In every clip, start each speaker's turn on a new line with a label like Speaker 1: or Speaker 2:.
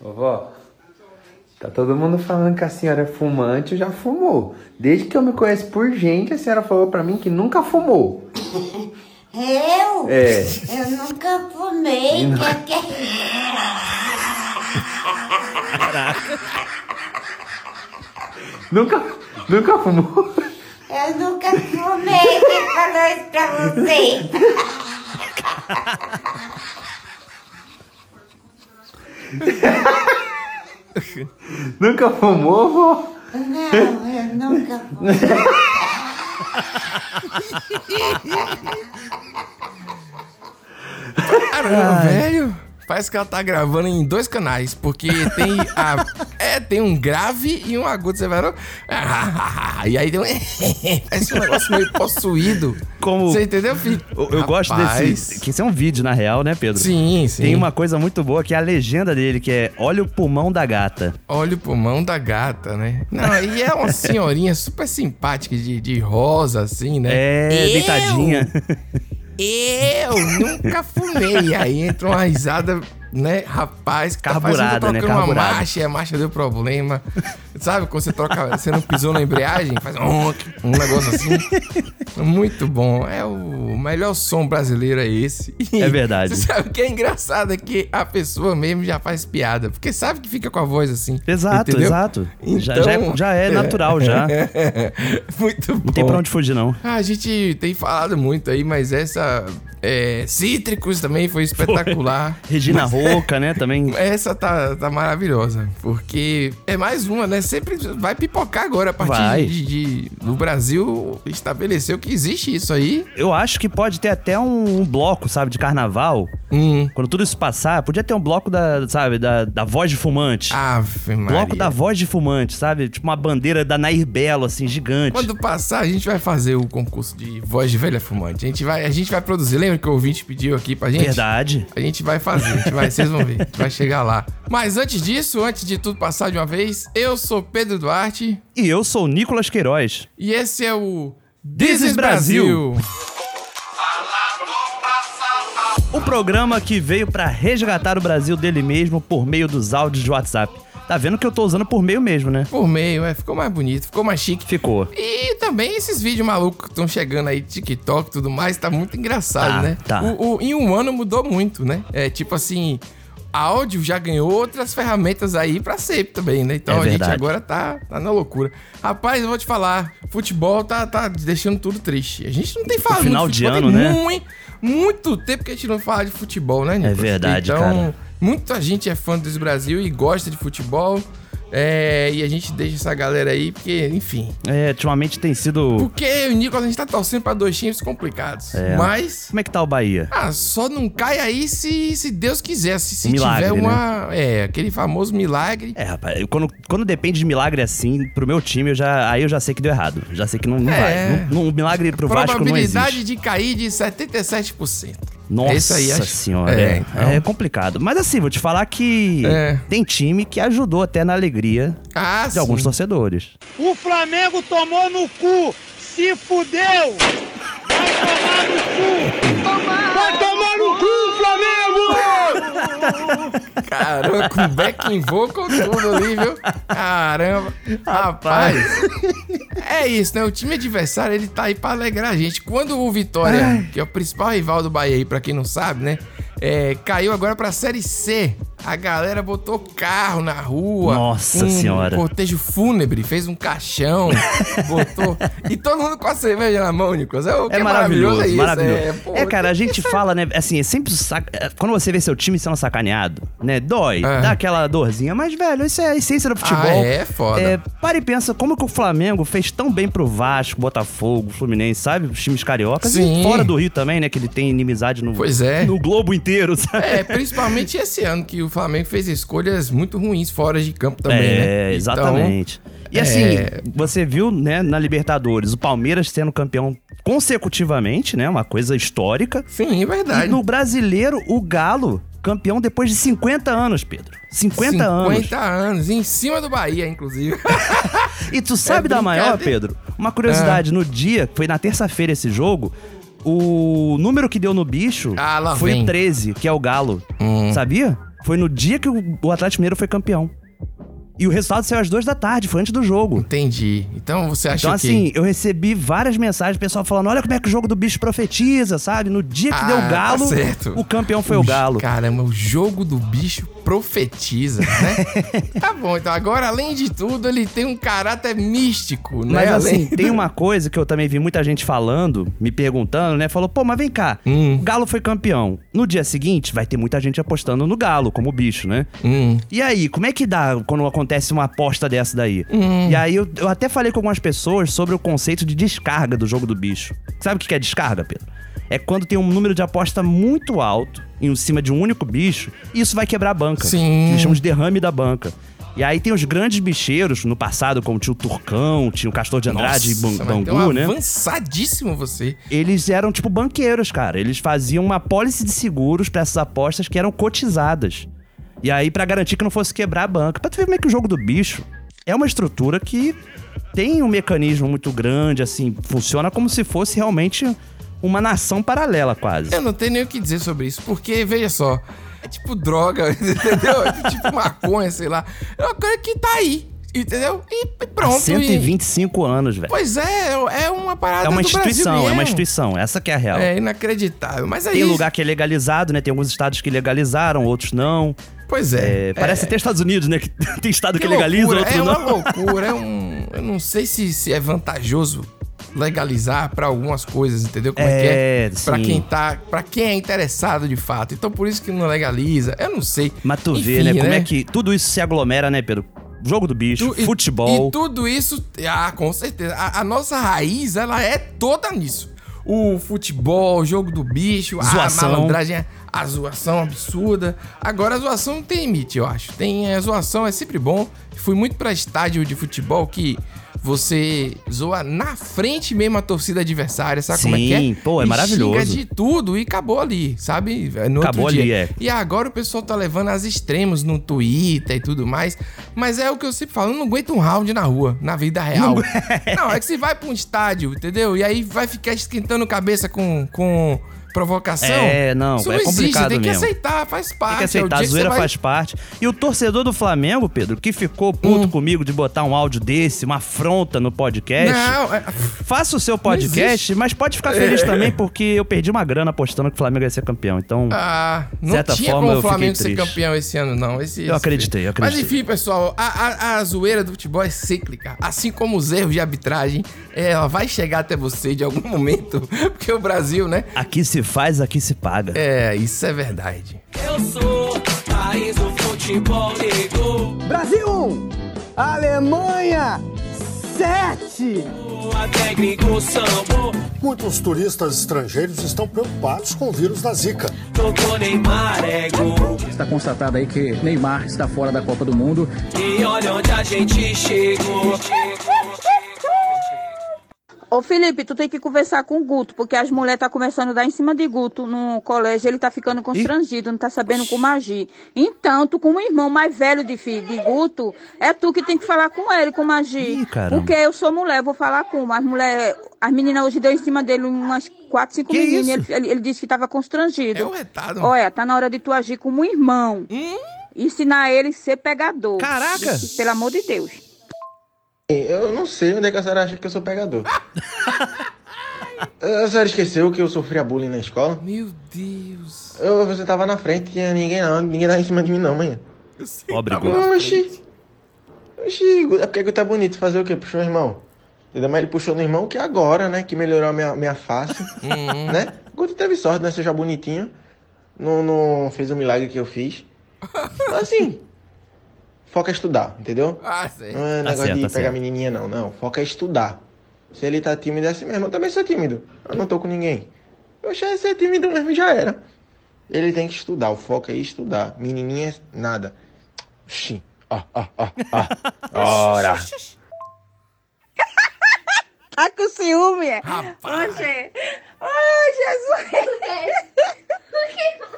Speaker 1: Vovó, tá todo mundo falando que a senhora é fumante ou já fumou. Desde que eu me conheço por gente, a senhora falou pra mim que nunca fumou.
Speaker 2: Eu?
Speaker 1: É.
Speaker 2: Eu nunca fumei. Quer que...
Speaker 1: Nunca, nunca fumou.
Speaker 2: Eu nunca fumei. Quem falou isso pra você?
Speaker 1: Nunca fumou, vó?
Speaker 2: Não, eu nunca fumei.
Speaker 3: Caramba, velho. Parece que ela tá gravando em dois canais, porque tem a. é, tem um grave e um agudo. Você vai. e aí tem um. Parece um negócio meio possuído.
Speaker 4: Como-
Speaker 3: Você entendeu, filho?
Speaker 4: Eu, eu gosto desse. Que isso é um vídeo, na real, né, Pedro?
Speaker 3: Sim, sim.
Speaker 4: Tem uma coisa muito boa que é a legenda dele, que é Olha o pulmão da gata.
Speaker 3: Olha o pulmão da gata, né? Não, e é uma senhorinha super simpática, de, de rosa, assim, né?
Speaker 4: É,
Speaker 3: Eu?
Speaker 4: deitadinha.
Speaker 3: Eu nunca fumei. Aí entra uma risada, né? Rapaz, que tá
Speaker 4: Carburada,
Speaker 3: parecendo que tá
Speaker 4: né?
Speaker 3: trocando uma
Speaker 4: Carburada.
Speaker 3: marcha e a marcha deu problema. Sabe quando você troca, você não pisou na embreagem? Faz um, um negócio assim. Muito bom. É o melhor som brasileiro é esse. E
Speaker 4: É verdade.
Speaker 3: Você sabe o que é engraçado? É que a pessoa mesmo já faz piada. Porque sabe que fica com a voz assim.
Speaker 4: Exato,
Speaker 3: entendeu?
Speaker 4: exato. Já, já é,
Speaker 3: Então- É.
Speaker 4: já é natural, já. Não
Speaker 3: Muito bom.
Speaker 4: tem pra onde fugir, não.
Speaker 3: Ah, A gente tem falado muito aí, mas essa. é, Cítricos também foi espetacular.
Speaker 4: Regina Roca, né, também.
Speaker 3: Essa tá, tá maravilhosa, porque é mais uma, né? Sempre vai pipocar agora a
Speaker 4: Vai.
Speaker 3: partir de, de- O Brasil estabeleceu que existe isso aí.
Speaker 4: Eu acho que pode ter até um, um bloco, sabe, de carnaval.
Speaker 3: Hum.
Speaker 4: Quando tudo isso passar, podia ter um bloco da, sabe, da, da voz de fumante.
Speaker 3: Ave Maria.
Speaker 4: bloco da voz de fumante, sabe? Tipo uma bandeira da Nair Belo, assim, gigante.
Speaker 3: Quando passar, a gente vai fazer o concurso de voz de velha fumante. A gente vai, a gente vai produzir. Lembra que o ouvinte pediu aqui pra gente?
Speaker 4: Verdade.
Speaker 3: A gente vai fazer, a gente vai, vocês vão ver, a gente vai chegar lá. Mas antes disso, antes de tudo passar de uma vez, eu sou Pedro Duarte
Speaker 4: E eu sou o Nicolas Queiroz.
Speaker 3: e esse é o
Speaker 4: This is Brasil. O programa que veio pra resgatar o Brasil dele mesmo por meio dos áudios de WhatsApp. Tá vendo que eu tô usando por meio mesmo, né?
Speaker 3: Por meio, é, ficou mais bonito, ficou mais chique.
Speaker 4: Ficou.
Speaker 3: E também esses vídeos malucos que estão chegando aí, TikTok e tudo mais, tá muito engraçado,
Speaker 4: Tá,
Speaker 3: né?
Speaker 4: tá.
Speaker 3: O, o- em um ano mudou muito, né? É tipo assim, áudio já ganhou outras ferramentas aí pra sempre também, né? Então
Speaker 4: É
Speaker 3: a
Speaker 4: verdade.
Speaker 3: gente agora tá, tá na loucura. Rapaz, eu vou te falar, futebol tá, tá deixando tudo triste. A gente não tem falado
Speaker 4: final
Speaker 3: muito
Speaker 4: de
Speaker 3: futebol,
Speaker 4: ano,
Speaker 3: tem
Speaker 4: né? É
Speaker 3: Muito, muito tempo que a gente não fala de futebol, né, Nicolas?
Speaker 4: verdade,
Speaker 3: então,
Speaker 4: cara.
Speaker 3: Muita gente é fã do Brasil e gosta de futebol. é, e a gente deixa essa galera aí, porque, enfim,
Speaker 4: É, ultimamente tem sido.
Speaker 3: porque o Nicolas, a gente tá torcendo pra dois times complicados.
Speaker 4: É.
Speaker 3: Mas.
Speaker 4: Como é que tá o Bahia?
Speaker 3: Ah, só não cai aí se, se Deus quiser. Se, se
Speaker 4: Um Milagre, né?
Speaker 3: tiver uma. É, aquele famoso milagre.
Speaker 4: É, rapaz, eu- quando, quando depende de milagre assim, pro meu time, eu já, aí eu já sei que deu errado. Já sei que não, não
Speaker 3: É.
Speaker 4: vai. Não, não- milagre pro Vasco não
Speaker 3: probabilidade
Speaker 4: existe.
Speaker 3: de cair de 77%.
Speaker 4: Nossa
Speaker 3: Isso aí, acho-
Speaker 4: senhora.
Speaker 3: É,
Speaker 4: É,
Speaker 3: então-
Speaker 4: é complicado. Mas assim, vou te falar que
Speaker 3: É.
Speaker 4: tem time que ajudou até na alegria
Speaker 3: Ah,
Speaker 4: de alguns torcedores.
Speaker 5: O Flamengo tomou no cu! Se fudeu! Vai tomar no cu! Vai tomar no cu, Flamengo!
Speaker 3: Caramba, com backing vocal tudo ali, viu? Caramba. Rapaz. É isso, né? O time adversário, ele tá aí pra alegrar a gente. Quando o Vitória, que é o principal rival do Bahia aí, pra quem não sabe, né? É, caiu agora pra Série C. A galera botou carro na rua.
Speaker 4: Nossa
Speaker 3: um
Speaker 4: Senhora.
Speaker 3: cortejo fúnebre, fez um caixão, botou... E todo mundo com a cerveja na mão, Nicolas. É, o que
Speaker 4: É maravilhoso,
Speaker 3: é isso,
Speaker 4: maravilhoso.
Speaker 3: É,
Speaker 4: É,
Speaker 3: pô,
Speaker 4: cara, a gente fala, né? Assim, é sempre. sac- é, Quando você vê seu time sendo sacaneado, né? Dói,
Speaker 3: É.
Speaker 4: dá aquela dorzinha. Mas, velho, isso é a essência do futebol.
Speaker 3: Ah, é foda.
Speaker 4: É, para e pensa como que o Flamengo fez tão bem pro Vasco, Botafogo, Fluminense, sabe? Os times cariocas.
Speaker 3: Sim.
Speaker 4: E fora do Rio também, né? Que ele tem inimizade no,
Speaker 3: Pois é.
Speaker 4: no globo inteiro, sabe?
Speaker 3: É, principalmente esse ano que o Flamengo fez escolhas muito ruins fora de campo também, né? Então,
Speaker 4: É, exatamente. e assim,
Speaker 3: é-
Speaker 4: você viu, né, na Libertadores, o Palmeiras sendo campeão consecutivamente, né? Uma coisa histórica.
Speaker 3: sim, é
Speaker 4: E
Speaker 3: verdade.
Speaker 4: no brasileiro, o Galo, campeão depois de 50 anos, Pedro. 50, anos.
Speaker 3: 50 anos, em cima do Bahia, inclusive.
Speaker 4: E tu sabe
Speaker 3: É
Speaker 4: da maior,
Speaker 3: brincadeira.
Speaker 4: Pedro? Uma curiosidade, no dia, foi na terça-feira esse jogo, o número que deu no bicho
Speaker 3: Ah, lá
Speaker 4: foi
Speaker 3: vem. Hum.
Speaker 4: o 13, que é o Galo. Sabia? Foi no dia que o o Atlético Mineiro foi campeão. E o resultado saiu às duas da tarde, foi antes do jogo.
Speaker 3: Entendi. Então você acha
Speaker 4: Então,
Speaker 3: que.
Speaker 4: assim, eu recebi várias mensagens, pessoal falando: olha como é que o jogo do bicho profetiza, sabe? No dia que
Speaker 3: Ah,
Speaker 4: deu o
Speaker 3: tá
Speaker 4: galo,
Speaker 3: certo.
Speaker 4: o campeão foi o galo.
Speaker 3: Caramba, o jogo do bicho profetiza, né? tá bom, então agora, além de tudo, ele tem um caráter místico, né?
Speaker 4: Mas
Speaker 3: Além-
Speaker 4: assim, tem uma coisa que eu também vi muita gente falando, me perguntando, né? Falou, pô, mas vem cá,
Speaker 3: Hum.
Speaker 4: o Galo foi campeão. No dia seguinte, vai ter muita gente apostando no Galo, como bicho, né?
Speaker 3: Hum.
Speaker 4: E aí, como é que dá quando acontece uma aposta dessa daí?
Speaker 3: Hum.
Speaker 4: E aí, eu, eu até falei com algumas pessoas sobre o conceito de descarga do jogo do bicho. Sabe o que que é descarga, Pedro? É quando tem um número de aposta muito alto em cima de um único bicho, e isso vai quebrar a banca.
Speaker 3: Sim.
Speaker 4: Eles chamam de derrame da banca. E aí tem os grandes bicheiros no passado, como tinha o Turcão, tinha o Castor de Andrade e
Speaker 3: Nossa,
Speaker 4: Ban-
Speaker 3: mas tem
Speaker 4: Bangu,
Speaker 3: um
Speaker 4: né?
Speaker 3: Avançadíssimo você.
Speaker 4: Eles eram tipo banqueiros, cara. Eles faziam uma pólice de seguros pra essas apostas que eram cotizadas. E aí, pra garantir que não fosse quebrar a banca. Pra tu ver como é que o jogo do bicho é uma estrutura que tem um mecanismo muito grande, assim, funciona como se fosse realmente uma nação paralela, quase.
Speaker 3: Eu não tenho nem o que dizer sobre isso, porque, veja só, é tipo droga, entendeu? É tipo maconha, sei lá. É uma coisa que tá aí, entendeu? E e pronto. e-
Speaker 4: 125 anos, velho.
Speaker 3: Pois é, é uma parada
Speaker 4: É uma
Speaker 3: do Brasil
Speaker 4: instituição, é uma
Speaker 3: mesmo.
Speaker 4: instituição. Essa que é a real.
Speaker 3: É inacreditável. Mas aí.
Speaker 4: Tem lugar que é legalizado, né? Tem alguns estados que legalizaram, outros não.
Speaker 3: Pois é.
Speaker 4: É, parece até Estados Unidos, né? Que tem estado que, legaliza,
Speaker 3: loucura,
Speaker 4: outro
Speaker 3: É
Speaker 4: não.
Speaker 3: uma loucura, é um. Eu não sei se, se é vantajoso legalizar pra algumas coisas, entendeu? Como é,
Speaker 4: É,
Speaker 3: que é? Pra
Speaker 4: sim.
Speaker 3: quem tá, para quem é interessado de fato. Então por isso que não legaliza. Eu não sei.
Speaker 4: Mas tu vê,
Speaker 3: Enfim,
Speaker 4: né? Como é que tudo isso se aglomera, né, Pedro? Jogo do bicho,
Speaker 3: Tu- e-
Speaker 4: futebol.
Speaker 3: E, tudo isso, ah, com certeza. A, a nossa raiz, ela é toda nisso. O futebol, o jogo do bicho,
Speaker 4: Zoação.
Speaker 3: a malandragem, a zoação absurda. Agora a zoação não tem limite, eu acho. Tem a zoação é sempre bom. Fui muito pra estádio de futebol que você zoa na frente mesmo a torcida adversária, sabe como é que
Speaker 4: Sim,
Speaker 3: é?
Speaker 4: pô, é
Speaker 3: E
Speaker 4: maravilhoso.
Speaker 3: xinga de tudo e acabou ali, sabe? No outro
Speaker 4: Acabou
Speaker 3: dia.
Speaker 4: ali, é.
Speaker 3: E agora o pessoal tá levando aos extremos no Twitter e tudo mais. Mas é o que eu sempre falo, eu não aguento um round na rua, na vida real. Não, é que você vai pra um estádio, entendeu? E aí vai ficar esquentando cabeça com, com provocação.
Speaker 4: É, não, é complicado
Speaker 3: tem que
Speaker 4: mesmo.
Speaker 3: aceitar, faz parte.
Speaker 4: Tem que
Speaker 3: é o
Speaker 4: aceitar, a
Speaker 3: dia que
Speaker 4: zoeira
Speaker 3: você vai-
Speaker 4: faz parte. E o torcedor do Flamengo, Pedro, que ficou
Speaker 3: Hum.
Speaker 4: puto comigo de botar um áudio desse, uma afronta no podcast.
Speaker 3: Não, é-
Speaker 4: Faça o seu podcast,
Speaker 3: existe.
Speaker 4: mas pode ficar feliz também, porque eu perdi uma grana apostando que o Flamengo ia ser campeão. Então,
Speaker 3: Ah, não
Speaker 4: Certa
Speaker 3: tinha
Speaker 4: forma,
Speaker 3: como
Speaker 4: eu
Speaker 3: o
Speaker 4: fiquei
Speaker 3: Flamengo ser
Speaker 4: triste.
Speaker 3: campeão esse ano, não. Esse, esse-
Speaker 4: acreditei, eu acreditei.
Speaker 3: Mas enfim, pessoal, a, a- a zoeira do futebol é cíclica. Assim como os erros de arbitragem, é, ela vai chegar até você de algum momento, porque o Brasil, né?
Speaker 4: aqui se faz, aqui se paga.
Speaker 3: É, isso é verdade.
Speaker 6: Eu sou país do futebol ligou.
Speaker 7: Brasil 1, Alemanha 7.
Speaker 6: Até gringo sambou.
Speaker 8: Muitos turistas estrangeiros estão preocupados com o vírus da Zika.
Speaker 6: Tocou Neymar é gol.
Speaker 9: Está constatado aí que Neymar está fora da Copa do Mundo.
Speaker 6: E olha onde a gente chegou.
Speaker 10: Ô Felipe, tu tem que conversar com o Guto, porque as mulheres tá começando a dar em cima de Guto no colégio, ele tá ficando constrangido, não tá sabendo como agir. Então, tu como irmão mais velho de, fi- de Guto, é tu que tem que falar com ele como agir.
Speaker 4: Ih, caramba.
Speaker 10: porque eu sou mulher, vou falar como. As mulher, as meninas hoje deu em cima dele umas quatro, cinco
Speaker 4: Que
Speaker 10: meninas,
Speaker 4: isso? um
Speaker 10: ele, ele- ele disse que tava constrangido.
Speaker 3: É o retado.
Speaker 10: Olha, tá na hora de tu agir como irmão. Ensinar ele a ser pegador.
Speaker 4: Caraca!
Speaker 10: Isso, pelo amor de Deus.
Speaker 9: Eu não sei onde é que a senhora acha que eu sou pegador. a senhora esqueceu que eu sofria bullying na escola?
Speaker 3: Meu Deus.
Speaker 9: Eu, você tava na frente, tinha ninguém não, ninguém lá em cima de mim não, manhã.
Speaker 4: Pobre
Speaker 3: tá
Speaker 4: Guto.
Speaker 3: bom.
Speaker 9: Oxi. Oxi, é porque que tá bonito fazer o quê? Puxou o irmão. Entendeu? Mas ele puxou no irmão que agora, né? Que melhorou a minha, minha face, né? Guto teve sorte, né? Seja bonitinho. Não, não fez o milagre que eu fiz. Mas, assim, foca em estudar, entendeu?
Speaker 3: Ah, sei.
Speaker 9: Não é
Speaker 4: Tá
Speaker 9: negócio
Speaker 4: certo,
Speaker 9: de
Speaker 4: tá
Speaker 9: pegar
Speaker 4: certo.
Speaker 9: menininha, não. Não, foca é estudar. Se ele tá tímido é assim mesmo. Eu também sou tímido. Eu não tô com ninguém. Eu já ia ser tímido mesmo, já era. Ele tem que estudar. O foco é estudar. Menininha, nada. Xim. Ó, ó, ó, ó. Ora.
Speaker 10: Tá com ciúme? é?
Speaker 3: Rapaz.
Speaker 10: Oxê. Ai, Jesus.
Speaker 11: Tá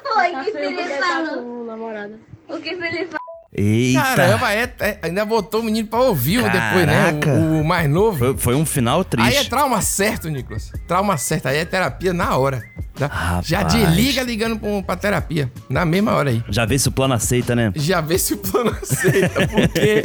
Speaker 10: Tá
Speaker 2: Oi, que Felipe falou? O que Felipe
Speaker 4: Eita!
Speaker 3: Caramba, é, é- ainda botou o menino pra ouvir o depois,
Speaker 4: Caraca.
Speaker 3: né? O, o mais novo.
Speaker 4: Foi, foi um final
Speaker 3: Aí é
Speaker 4: triste.
Speaker 3: trauma certo, Nicolas. Trauma certo. Aí é terapia na hora. Já, já desliga ligando pra, pra terapia. Na mesma hora aí.
Speaker 4: Já vê se o plano aceita, né?
Speaker 3: Já vê se o plano aceita, porque.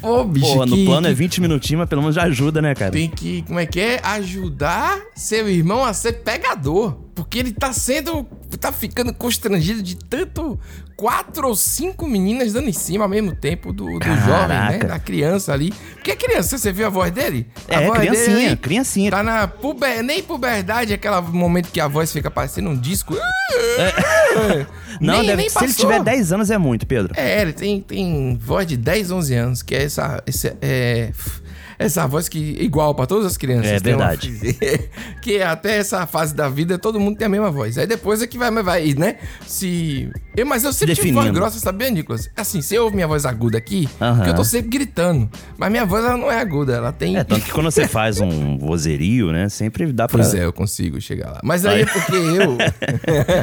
Speaker 3: Ô, bicho.
Speaker 4: Porra, no
Speaker 3: que-
Speaker 4: plano
Speaker 3: que-
Speaker 4: é 20 minutinhos, mas pelo menos já ajuda, né, cara?
Speaker 3: Tem que, como é que é? Ajudar seu irmão a ser pegador. Porque ele tá sendo. tá ficando constrangido de tanto. Quatro ou cinco meninas dando em cima ao mesmo tempo do, do jovem, né?
Speaker 4: Caraca.
Speaker 3: Da criança ali. Porque é criança, você viu a voz dele? A
Speaker 4: É,
Speaker 3: voz
Speaker 4: criancinha,
Speaker 3: dele ali
Speaker 4: criancinha.
Speaker 3: Tá na puber... nem puberdade, é aquele momento que a voz fica parecendo um disco.
Speaker 4: Não,
Speaker 3: Nem-
Speaker 4: deve,
Speaker 3: nem
Speaker 4: se ele
Speaker 3: passou.
Speaker 4: tiver 10 anos é muito, Pedro.
Speaker 3: É, ele tem, tem voz de 10, 11 anos, que é essa, esse- é, essa voz que é igual pra todas as crianças.
Speaker 4: É
Speaker 3: Tem uma-
Speaker 4: verdade.
Speaker 3: que até essa fase da vida todo mundo tem a mesma voz. Aí depois é que vai, vai né? Se. Eu, mas eu sempre tive voz
Speaker 4: Definindo.
Speaker 3: grossa, sabia, Nicolas? Assim, você ouve minha voz aguda aqui,
Speaker 4: Aham.
Speaker 3: porque eu tô sempre gritando. Mas minha voz ela não é aguda, ela tem.
Speaker 4: É, tanto que quando você faz um vozerio, né, sempre dá pra...
Speaker 3: Pois é, eu consigo chegar lá. Mas aí
Speaker 4: Aí.
Speaker 3: é porque eu.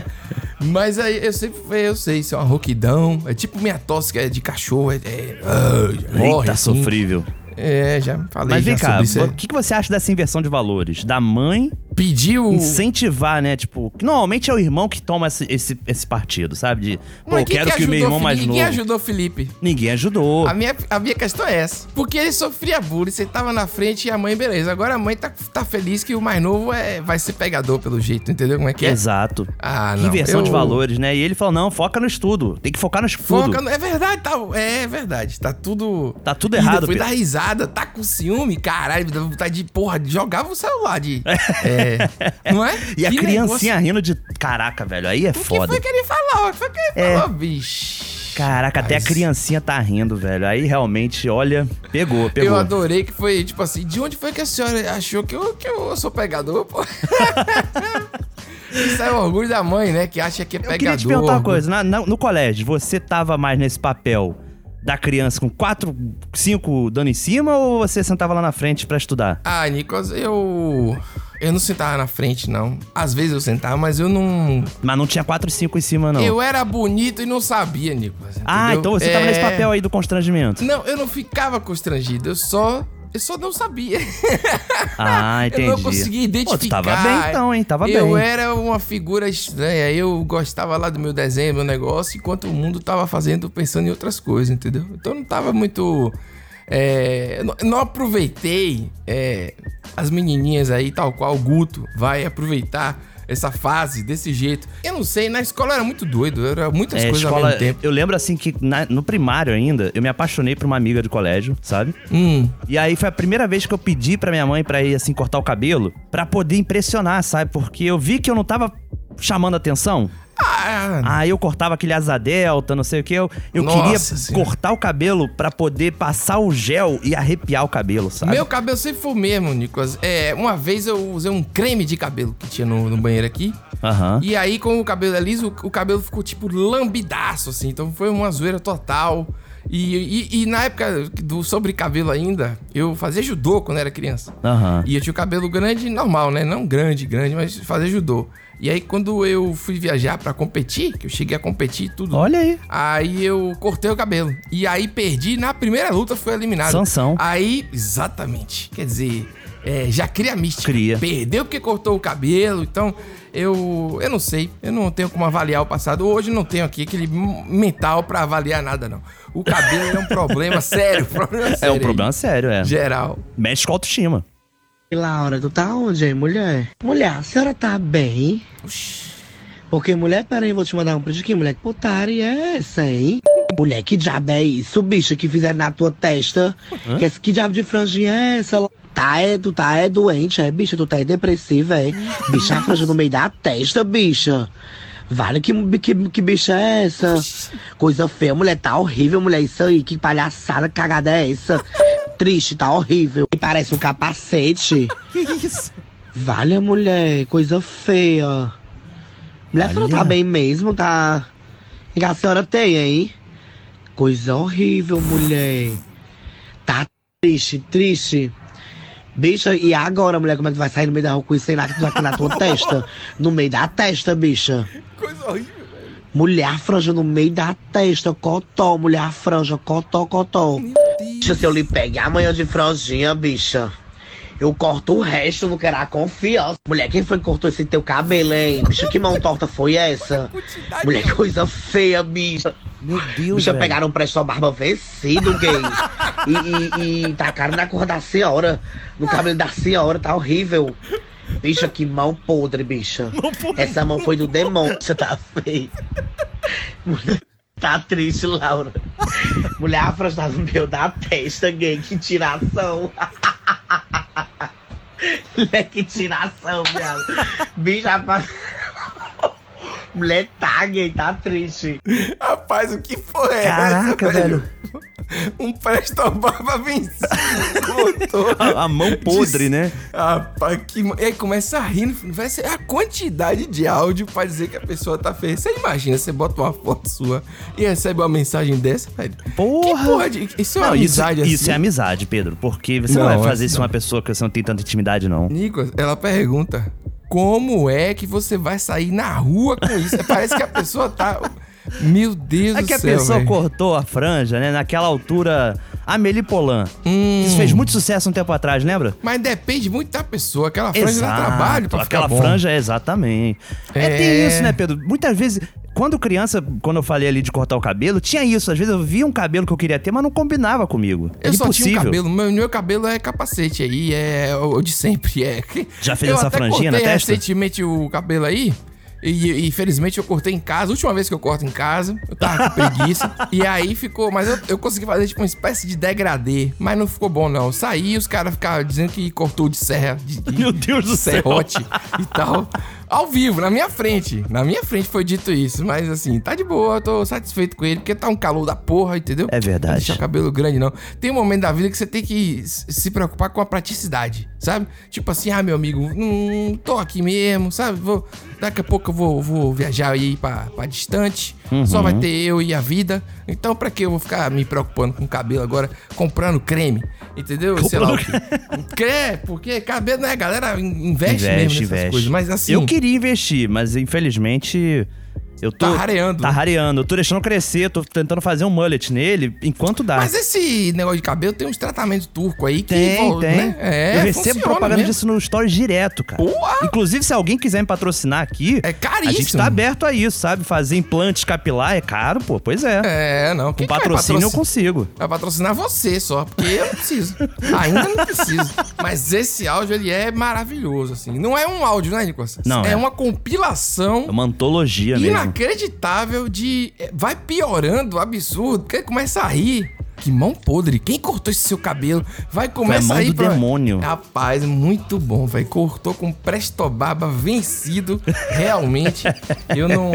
Speaker 3: Mas aí eu sempre eu sei, isso é uma rouquidão. É tipo minha tosse que é de cachorro. É, é, ah, já morre,
Speaker 4: Eita,
Speaker 3: assim.
Speaker 4: sofrível.
Speaker 3: É, já falei
Speaker 4: Mas
Speaker 3: já
Speaker 4: vem cá,
Speaker 3: sobre isso.
Speaker 4: o que, que você acha dessa inversão de valores? Da mãe
Speaker 3: Pediu.
Speaker 4: incentivar, né? Tipo, que normalmente é o irmão que toma esse, esse, esse partido, sabe? De, pô, eu quero que, o meu irmão mais
Speaker 3: Ninguém
Speaker 4: novo.
Speaker 3: ajudou o Felipe.
Speaker 4: Ninguém ajudou.
Speaker 3: A minha, a minha questão é essa. Porque ele sofria bullying, você tava na frente e a mãe, beleza. Agora a mãe tá, tá feliz que o mais novo é, vai ser pegador pelo jeito, entendeu como é que é?
Speaker 4: Exato.
Speaker 3: Ah,
Speaker 4: Que
Speaker 3: não,
Speaker 4: inversão de
Speaker 3: eu-
Speaker 4: valores, né? E ele falou: não, foca no estudo. Tem que focar no estudo.
Speaker 3: Foca no... É verdade, tá... é verdade. Tá tudo.
Speaker 4: Tá tudo errado,
Speaker 3: Foi
Speaker 4: Pedro.
Speaker 3: dar risada, tá com ciúme, caralho, me dá vontade de, porra, de jogar o celular de. É. Não é?
Speaker 4: E a
Speaker 3: Que
Speaker 4: criancinha
Speaker 3: negócio.
Speaker 4: rindo de. Caraca, velho, aí é
Speaker 3: O que
Speaker 4: foda.
Speaker 3: foi que ele falou? O que foi que ele
Speaker 4: É.
Speaker 3: falou, bicho?
Speaker 4: Caraca, até a
Speaker 3: Mas-
Speaker 4: criancinha tá rindo, velho. Aí realmente, olha, pegou, pegou.
Speaker 3: Eu adorei que foi, tipo assim, de onde foi que a senhora achou que eu, que eu sou pegador, pô? Isso é o orgulho da mãe, né? Que acha que é
Speaker 4: Eu
Speaker 3: pegador.
Speaker 4: queria te perguntar uma coisa. Na- na- no colégio, você tava mais nesse papel da criança com quatro, cinco dando em cima ou você sentava lá na frente pra estudar?
Speaker 3: Ah, Nicolas, eu. Eu não sentava na frente, não. Às vezes eu sentava, mas eu não.
Speaker 4: Mas não tinha quatro, cinco em cima, não.
Speaker 3: Eu era bonito e não sabia, Nicolas.
Speaker 4: Ah,
Speaker 3: entendeu?
Speaker 4: então você tava
Speaker 3: É.
Speaker 4: nesse papel aí do constrangimento.
Speaker 3: Não, eu não ficava constrangido, eu só. Eu só não sabia.
Speaker 4: Ah, entendi.
Speaker 3: Eu não conseguia
Speaker 4: Pô,
Speaker 3: identificar.
Speaker 4: tu tava bem então, hein? Tava
Speaker 3: eu
Speaker 4: bem.
Speaker 3: era uma figura estranha. Eu gostava lá do meu desenho, meu negócio, enquanto o mundo tava fazendo, pensando em outras coisas, entendeu? Então eu não tava muito. é, eu não, eu não aproveitei é, as menininhas aí, tal qual o Guto vai aproveitar essa fase desse jeito. Eu não sei, na escola eu era muito doido, eu era muitas
Speaker 4: É,
Speaker 3: coisas ao
Speaker 4: escola,
Speaker 3: mesmo tempo.
Speaker 4: eu lembro assim que na- no primário ainda, eu me apaixonei por uma amiga de colégio, sabe?
Speaker 3: Hum.
Speaker 4: E aí foi a primeira vez que eu pedi pra minha mãe pra ir assim cortar o cabelo, pra poder impressionar, sabe? Porque eu vi que eu não tava chamando atenção.
Speaker 3: Ah,
Speaker 4: Aí eu cortava aquele asa delta, não sei o que. Eu, eu
Speaker 3: Nossa
Speaker 4: queria
Speaker 3: Senhora.
Speaker 4: cortar o cabelo pra poder passar o gel e arrepiar o cabelo, sabe?
Speaker 3: Meu cabelo sempre foi o mesmo, Nicolas. É, uma vez eu usei um creme de cabelo que tinha no, no banheiro aqui.
Speaker 4: Aham.
Speaker 3: E aí, como o cabelo é liso, o, o cabelo ficou tipo lambidaço, assim. Então foi uma zoeira total. E, e- e na época do sobre cabelo ainda, eu fazia judô quando era criança.
Speaker 4: Aham.
Speaker 3: E eu tinha o cabelo grande, normal, né? Não grande, grande, mas fazer judô. E aí, quando eu fui viajar pra competir, que eu cheguei a competir e tudo.
Speaker 4: Olha aí.
Speaker 3: Aí eu cortei o cabelo. E aí perdi na primeira luta, fui eliminado.
Speaker 4: Sansão.
Speaker 3: Aí, exatamente. Quer dizer, é, já cria mística.
Speaker 4: Cria.
Speaker 3: Perdeu porque cortou o cabelo. Então, eu eu não sei. Eu não tenho como avaliar o passado. Hoje eu não tenho aqui aquele m- mental pra avaliar nada, não. O cabelo é um problema sério. Problema
Speaker 4: É
Speaker 3: sério
Speaker 4: um problema sério, é.
Speaker 3: aí, Geral.
Speaker 4: Mexe com a autoestima.
Speaker 5: E Laura, tu tá onde aí, mulher? Mulher, a senhora tá bem? Porque mulher, peraí, vou te mandar um print aqui, mulher. Que putaria é essa, hein? Mulher, que diabo é isso, bicho, que fizeram na tua testa? Que, esse- que diabo de franjinha é essa? Tá, é, tu tá é doente, é, bicha, tu tá é depressiva, é. Bicha, a franja no meio da testa, bicha. Vale que, que, que bicha é essa? Coisa feia, mulher, tá horrível, mulher, isso aí. Que palhaçada, cagada é essa? Triste, tá horrível. E parece um capacete.
Speaker 4: Que isso?
Speaker 5: Vale, mulher, coisa feia. Mulher, a senhora
Speaker 4: Olha.
Speaker 5: tá bem mesmo, tá? O que a senhora tem, hein? Coisa horrível, mulher. Tá triste, triste. Bicha, e agora, mulher, como é que vai sair no meio da rua com isso aí na, na, na tua testa? No meio da testa, bicha.
Speaker 3: Coisa horrível.
Speaker 5: Mulher, a franja no meio da testa, cotó, mulher, a franja, cotó, cotó. Bicha, se eu lhe pegar amanhã de franjinha, bicha, Eu corto o resto, não quero a confiança. Mulher, quem foi que cortou esse teu cabelo, hein? Bicho, que mão torta foi essa? Mulher, que coisa feia, bicha.
Speaker 4: Meu Deus,
Speaker 5: Bicha,
Speaker 4: velho.
Speaker 5: pegaram pra sua barba vencido, gay. E, e, e tacaram na cor da senhora. No cabelo da senhora, tá horrível. Bicha, que mão podre, bicha. Essa mão foi do demônio, você tá feio. Mulher, tá triste, Laura. Mulher, a franja tá no meio da testa, gay. Que tiração. Mulher, que tiração, viado. Bicha, rapaz. Mulher tá, gay, tá triste.
Speaker 3: Rapaz, o que foi essa,
Speaker 4: Caraca, velho.
Speaker 3: Um presto barba vencido. cortou.
Speaker 4: A, a mão podre, né?
Speaker 3: Rapaz, que... ma- E aí começa a rir. no final. Vai ser a quantidade de áudio pra dizer que a pessoa tá feia. Você imagina, você bota uma foto sua e recebe uma mensagem dessa, velho.
Speaker 4: Porra!
Speaker 3: Que porra de... Isso é uma
Speaker 4: Não, isso,
Speaker 3: amizade assim.
Speaker 4: isso é amizade, Pedro. Porque você não,
Speaker 3: Não,
Speaker 4: vai fazer
Speaker 3: essa
Speaker 4: isso com uma pessoa que você não tem tanta intimidade, não.
Speaker 3: Nicolas, ela pergunta: como é que você vai sair na rua com isso? Parece que a pessoa tá. Meu Deus
Speaker 4: É
Speaker 3: do
Speaker 4: que a
Speaker 3: céu.
Speaker 4: pessoa
Speaker 3: velho.
Speaker 4: cortou a franja, né? Naquela altura, Amélie Polan.
Speaker 3: Hum.
Speaker 4: Isso fez muito sucesso um tempo atrás, lembra?
Speaker 3: Mas depende muito da pessoa. Aquela franja dá
Speaker 4: Exato,
Speaker 3: trabalho pra ficar
Speaker 4: Aquela
Speaker 3: bom.
Speaker 4: franja, é exatamente. É... tem
Speaker 3: É.
Speaker 4: isso, né, Pedro? Muitas vezes, quando criança, quando eu falei ali de cortar o cabelo, tinha isso. Às vezes eu via um cabelo que eu queria ter, mas não combinava comigo.
Speaker 3: Eu
Speaker 4: Era
Speaker 3: só
Speaker 4: É impossível.
Speaker 3: tinha um cabelo. Meu, meu cabelo é capacete aí, é o o de sempre. É.
Speaker 4: Já fez
Speaker 3: eu
Speaker 4: essa
Speaker 3: até
Speaker 4: franjinha na
Speaker 3: cortei
Speaker 4: testa?
Speaker 3: recentemente o cabelo aí. E, e, infelizmente eu cortei em casa. A última vez que eu corto em casa, eu tava com preguiça. e aí ficou. Mas eu, eu consegui fazer tipo uma espécie de degradê. Mas não ficou bom, não. Eu Saí os caras ficaram dizendo que cortou de serra. De, de-
Speaker 4: Meu Deus do céu.
Speaker 3: serrote e tal. Ao vivo, na minha frente. Na minha frente foi dito isso. Mas assim, tá de boa, eu tô satisfeito com ele, porque tá um calor da porra, entendeu?
Speaker 4: É verdade.
Speaker 3: Não deixa o cabelo grande, não. Tem um momento da vida que você tem que s- se preocupar com a praticidade, sabe? Tipo assim, ah, meu amigo, hum, tô aqui mesmo, sabe? Vou, daqui a pouco eu vou, vou viajar aí pra, pra distante. Só
Speaker 4: Uhum.
Speaker 3: vai ter eu e a vida. Então, pra que eu vou ficar me preocupando com o cabelo agora, comprando creme? Entendeu? Sei lá o quê. É, porque cabelo, né? A galera in- investe, mesmo né, nessas coisas. Mas assim,
Speaker 4: Eu queria investir, mas infelizmente. Eu tô.
Speaker 3: Tá rareando,
Speaker 4: Tá
Speaker 3: né?
Speaker 4: rareando. Eu tô deixando crescer, tô tentando fazer um mullet nele enquanto dá.
Speaker 3: Mas esse negócio de cabelo tem uns tratamentos turco aí que.
Speaker 4: Tem,
Speaker 3: envolve,
Speaker 4: tem.
Speaker 3: né? É,
Speaker 4: eu recebo
Speaker 3: funciona
Speaker 4: propaganda
Speaker 3: mesmo.
Speaker 4: disso no stories direto, cara.
Speaker 3: Porra!
Speaker 4: Inclusive, se alguém quiser me patrocinar aqui,
Speaker 3: É
Speaker 4: a
Speaker 3: caríssimo.
Speaker 4: gente tá aberto a isso, sabe? Fazer implantes capilar é caro, pô. Pois é.
Speaker 3: É, não.
Speaker 4: Com
Speaker 3: Quem que vai
Speaker 4: patrocínio eu
Speaker 3: patrocinar?
Speaker 4: consigo.
Speaker 3: Vai patrocinar você só, porque eu não preciso. Ainda não preciso. Mas esse áudio, ele é maravilhoso, assim. Não é um áudio, né, Nicolas?
Speaker 4: Não,
Speaker 3: É,
Speaker 4: é.
Speaker 3: uma compilação
Speaker 4: É uma antologia mesmo.
Speaker 3: inacreditável de... é, Vai piorando, absurdo, porque começa a rir. Que mão podre. Quem cortou esse seu cabelo? Vai começar
Speaker 4: mão
Speaker 3: a rir
Speaker 4: do demônio.
Speaker 3: Rapaz, muito bom, velho. Cortou com presto barba vencido. Realmente, eu não...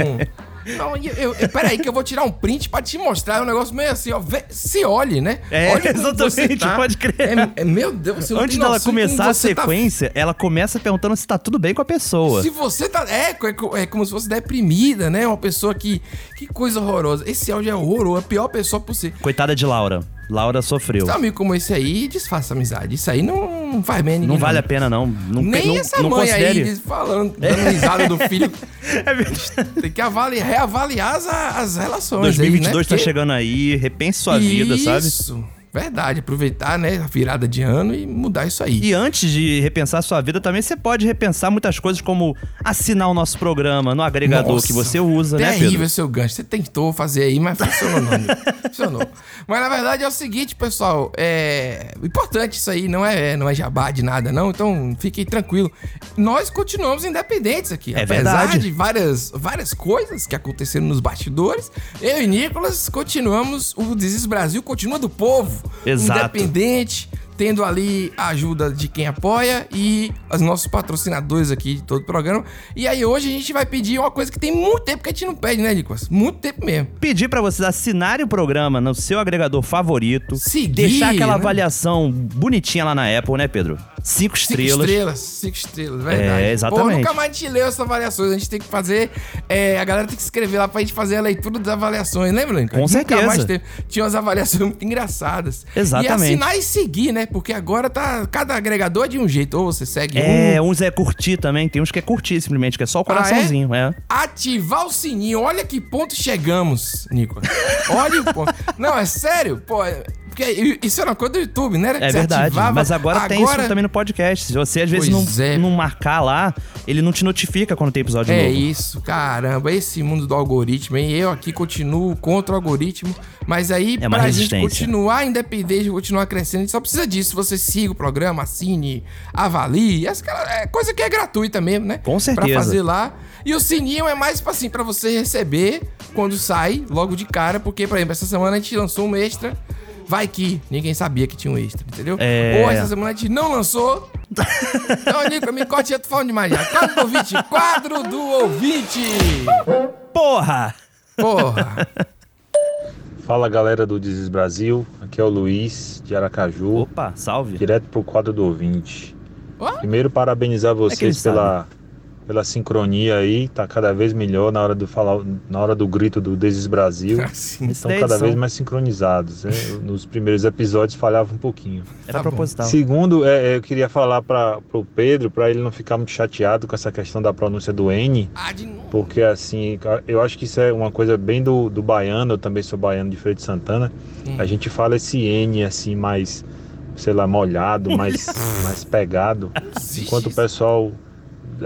Speaker 3: Não, eu, eu, eu- peraí que eu vou tirar um print pra te mostrar. É um negócio meio assim, ó. Vê- se olhe, né?
Speaker 4: É,
Speaker 3: Olhe como você
Speaker 4: exatamente, pode crer.
Speaker 3: É, é- meu Deus, você não
Speaker 4: Antes
Speaker 3: tem
Speaker 4: dela
Speaker 3: noção de como
Speaker 4: começar a
Speaker 3: você tá
Speaker 4: sequência, ela começa perguntando se tá tudo bem com a pessoa.
Speaker 3: se você tá. É, co- é, co- é como se fosse deprimida, né? Uma pessoa que. Que coisa horrorosa. Esse áudio é horroroso, a pior pessoa possível.
Speaker 4: Coitada de Laura. Laura sofreu.
Speaker 3: Um amigo como esse aí, desfaça a amizade. Isso aí não, não faz bem a ninguém.
Speaker 4: Não vale a pena, não. Não,
Speaker 3: Nem
Speaker 4: não,
Speaker 3: essa
Speaker 4: não
Speaker 3: mãe
Speaker 4: considere.
Speaker 3: aí né? diz- falando, dando risada do filho.
Speaker 4: É verdade.
Speaker 3: Tem que avali, reavaliar as, as relações.
Speaker 4: 2022
Speaker 3: aí, né?
Speaker 4: tá chegando aí, repense sua vida, sabe?
Speaker 3: Isso, verdade. Aproveitar, né? A virada de ano e mudar isso aí.
Speaker 4: E antes de repensar sua vida também, você pode repensar muitas coisas como assinar o nosso programa no agregador
Speaker 3: Nossa,
Speaker 4: que você usa, né,
Speaker 3: Terrível
Speaker 4: Pedro?
Speaker 3: seu gancho. Você tentou fazer aí, mas funcionou não. amigo. funcionou. Mas na verdade é o seguinte, pessoal. É importante isso aí. Não é, não é jabá de nada, não. Então fiquem tranquilo. Nós continuamos independentes aqui.
Speaker 4: É
Speaker 3: apesar
Speaker 4: verdade.
Speaker 3: de várias, várias coisas que aconteceram nos bastidores, eu e Nicolas continuamos. O Desis Brasil continua do povo.
Speaker 4: Exato.
Speaker 3: Independente. Tendo ali a ajuda de quem apoia e os nossos patrocinadores aqui de todo o programa. E aí hoje a gente vai pedir uma coisa que tem muito tempo que a gente não pede, né, Nicolas? Muito tempo mesmo.
Speaker 4: Pedir pra vocês assinarem o programa no seu agregador favorito.
Speaker 3: Seguir,
Speaker 4: deixar aquela
Speaker 3: né?
Speaker 4: avaliação bonitinha lá na Apple, né, Pedro? Cinco
Speaker 3: Cinco
Speaker 4: estrelas.
Speaker 3: estrelas. Cinco estrelas, verdade.
Speaker 4: É, exatamente.
Speaker 3: Pô, nunca mais te leu essas avaliações. A gente tem que fazer. é, a galera tem que escrever lá pra gente fazer a leitura das avaliações, lembra, Nicolas?
Speaker 4: Com certeza.
Speaker 3: Nunca mais teve. Tinha umas avaliações muito engraçadas.
Speaker 4: Exatamente.
Speaker 3: E assinar e seguir, né? Porque agora tá. Cada agregador é de um jeito. Ou você segue um,
Speaker 4: É, uns é curtir também, tem uns que é curtir simplesmente, que
Speaker 3: Ah,
Speaker 4: é só o coraçãozinho, é?
Speaker 3: Ativar o sininho. Olha que ponto chegamos, Nico. Olha o ponto. Não, é sério? Pô, é- porque isso era uma coisa do YouTube, né? Era que
Speaker 4: É
Speaker 3: você
Speaker 4: verdade.
Speaker 3: ativava.
Speaker 4: Mas agora, tem isso também no podcast. Se você às vezes
Speaker 3: Pois
Speaker 4: não, não marcar lá, ele não te notifica quando tem episódio
Speaker 3: É
Speaker 4: novo.
Speaker 3: isso, caramba, esse mundo do algoritmo, hein? Eu aqui continuo contra o algoritmo, mas aí
Speaker 4: É uma
Speaker 3: pra gente
Speaker 4: resistência.
Speaker 3: continuar independente, continuar crescendo, a gente só precisa disso. Você siga o programa, assine, avalie, essa cara- é coisa que é gratuita mesmo, né? Com
Speaker 4: certeza.
Speaker 3: Pra fazer lá. E o sininho é mais pra, assim, pra você receber quando sai, logo de cara, porque, por exemplo, essa semana a gente lançou um extra, vai que ninguém sabia que tinha um extra, entendeu?
Speaker 4: É.
Speaker 3: Ou essa semana a gente não lançou, então, Nico, me corte, eu tô falando demais já. Quadro do ouvinte, quadro do ouvinte.
Speaker 4: Porra!
Speaker 3: Porra!
Speaker 12: Fala galera do Dizes Brasil, aqui é o Luiz de Aracaju.
Speaker 4: Opa, salve!
Speaker 12: Direto pro quadro do ouvinte. Primeiro, parabenizar
Speaker 4: é que ele
Speaker 12: vocês pela, pela sincronia aí, tá cada vez melhor na hora do, falar, na hora do grito do Dizes Brasil.
Speaker 4: Isso
Speaker 12: Estão
Speaker 4: daí
Speaker 12: Então, cada
Speaker 4: são.
Speaker 12: vez mais sincronizados. né? Nos primeiros episódios falhava um pouquinho.
Speaker 4: Era proposital.
Speaker 12: Segundo, é, é, eu queria falar para o Pedro, para ele não ficar muito chateado com essa questão da pronúncia do N, porque assim, ca- eu acho que isso é uma coisa bem do, do baiano, eu também sou baiano de Feira de Santana,
Speaker 13: Hum.
Speaker 12: a gente fala esse N assim mais, sei lá, molhado, mais, mais pegado, enquanto o pessoal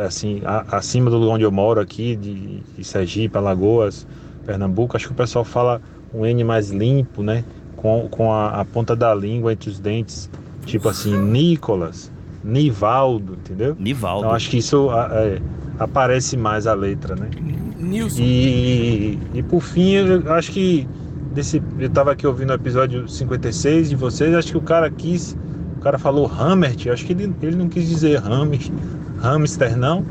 Speaker 12: assim, a- acima do lugar onde eu moro aqui, de, de Sergipe, Alagoas, Pernambuco, acho que o pessoal fala um N mais limpo, né? Com, com a, a ponta da língua entre os dentes. Tipo assim, Nicolas, Nivaldo, entendeu?
Speaker 4: Nivaldo.
Speaker 12: Então acho que isso a- é, aparece mais a letra, né?
Speaker 3: Nilson.
Speaker 12: E, e por fim, eu acho que desse, eu tava aqui ouvindo o episódio 56 de vocês, acho que o cara quis, o cara falou Hammert, eu acho que ele, ele não quis dizer Hammers, hamster não.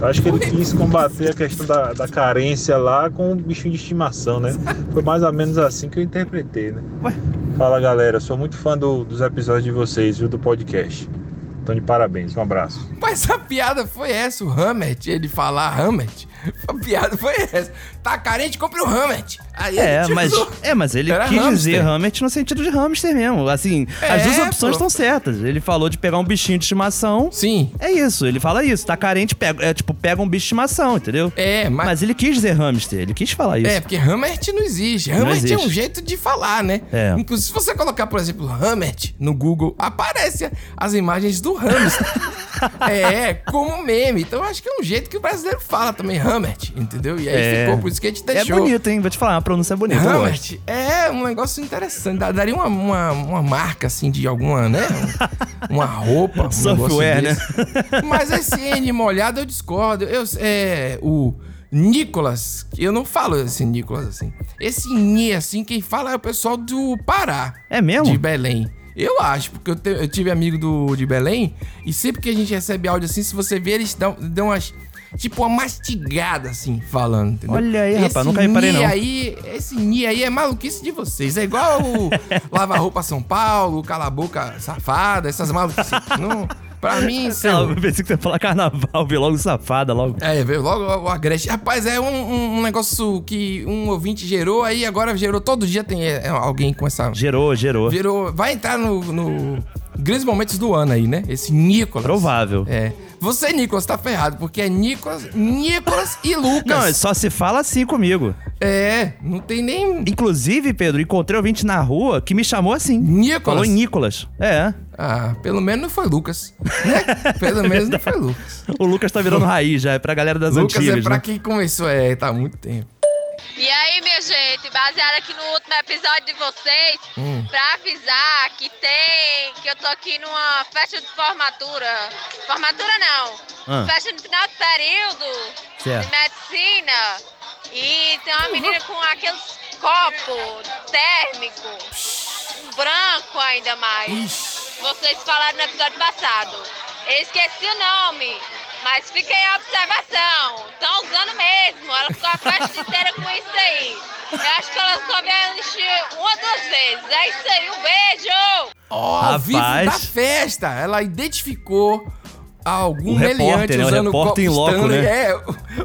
Speaker 12: Eu acho que ele quis combater a questão da, da carência lá com o bichinho de estimação, né? Foi mais ou menos assim que eu interpretei, né? Fala galera, sou muito fã do- dos episódios de vocês, viu, do podcast. Então de parabéns, um abraço.
Speaker 3: Mas a piada foi essa, o Hammett, ele falar Hammett. A piada foi essa. Tá carente, compra o Hammett. Aí
Speaker 4: É,
Speaker 3: ele
Speaker 4: mas,
Speaker 3: usou.
Speaker 4: é, mas ele
Speaker 3: Era
Speaker 4: quis dizer
Speaker 3: hamster.
Speaker 4: hamster no sentido de hamster mesmo. Assim, as duas
Speaker 3: É,
Speaker 4: opções
Speaker 3: pô.
Speaker 4: estão certas. Ele falou de pegar um bichinho de estimação.
Speaker 3: Sim.
Speaker 4: É isso, ele fala isso. Tá carente, pega, é tipo, pega um bicho de estimação, entendeu?
Speaker 3: É, mas...
Speaker 4: Mas ele quis dizer hamster, ele quis falar isso.
Speaker 3: É, porque Hammert não existe.
Speaker 4: Não
Speaker 3: Hammert é um
Speaker 4: existe.
Speaker 3: jeito de falar, né?
Speaker 4: É.
Speaker 3: Inclusive, se você colocar, por exemplo, Hammert no Google, aparece as imagens do hamster. é, como meme. Então, eu acho que é um jeito que o brasileiro fala também, Hammert, entendeu? E aí
Speaker 4: É.
Speaker 3: ficou, por isso que a gente deixou.
Speaker 4: É bonito, hein? Vou te falar, a pronúncia é bonita. eu gosto.
Speaker 3: Hammert é um negócio interessante. Dá- Daria uma, uma, uma marca, assim, de alguma, né? Um- Uma roupa, um
Speaker 4: Software, né?
Speaker 3: né? Mas esse N molhado eu discordo. Eu, é, o Nicolas, eu não falo esse Nicolas assim. Esse N, assim, quem fala é o pessoal do Pará.
Speaker 4: É mesmo?
Speaker 3: De Belém. Eu acho, porque eu, te- eu tive amigo do, de Belém e sempre que a gente recebe áudio assim, se você ver, eles dão, dão umas. Tipo uma mastigada, assim, falando, entendeu?
Speaker 4: Olha aí,
Speaker 3: Esse
Speaker 4: rapaz, nunca reparei,
Speaker 3: Ni
Speaker 4: não.
Speaker 3: Aí, esse Ni aí é maluquice de vocês. É igual o Lava Roupa São Paulo, Cala a Boca Safada, essas maluquices. não, pra mim, assim, isso
Speaker 4: Não, eu pensei que você ia falar carnaval, vi logo safada, logo.
Speaker 3: é, veio logo o agreste. Rapaz, é um, um- um negócio que um ouvinte gerou, aí agora gerou. Todo dia tem é, é, alguém com essa.
Speaker 4: Gerou, gerou.
Speaker 3: Gerou. Vai entrar no, no Grandes momentos do ano aí, né? Esse Nicolas.
Speaker 4: Provável.
Speaker 3: É. Você, Nicolas, tá ferrado, porque é Nicolas, Nicolas e Lucas.
Speaker 4: Não, só se fala assim comigo.
Speaker 3: É, não tem nem.
Speaker 4: Inclusive, Pedro, encontrei ouvinte na rua que me chamou assim.
Speaker 3: Nicolas.
Speaker 4: Falou em Nicolas. É.
Speaker 3: Ah, pelo menos não foi Lucas. Né? Pelo menos não foi Lucas.
Speaker 4: O Lucas tá virando raiz já, é pra galera das
Speaker 3: Lucas
Speaker 4: antigas.
Speaker 3: é pra
Speaker 4: né?
Speaker 3: quem começou, é, tá há muito tempo.
Speaker 14: E aí, minha gente, baseado aqui no último episódio de vocês,
Speaker 3: Hum.
Speaker 14: pra avisar que tem, que eu tô aqui numa festa de formatura. Formatura não.
Speaker 15: Ah.
Speaker 14: Festa no final de período
Speaker 15: Certo.
Speaker 14: de medicina. E tem uma menina com aqueles copos térmicos, um branco ainda mais. Vocês falaram no episódio passado. Eu esqueci o nome, mas fiquei a observação. Estão usando mesmo. Ela ficou a festa inteira com isso aí. Eu acho que ela só me encher uma, duas vezes. É isso aí, um beijo!
Speaker 3: Ó, ao vivo
Speaker 4: Rapaz.
Speaker 3: da festa. Ela identificou algum
Speaker 4: O repórter,
Speaker 3: meliante
Speaker 4: né? O
Speaker 3: usando
Speaker 4: repórter em loco,
Speaker 3: Stanley.
Speaker 4: né?
Speaker 3: É, o-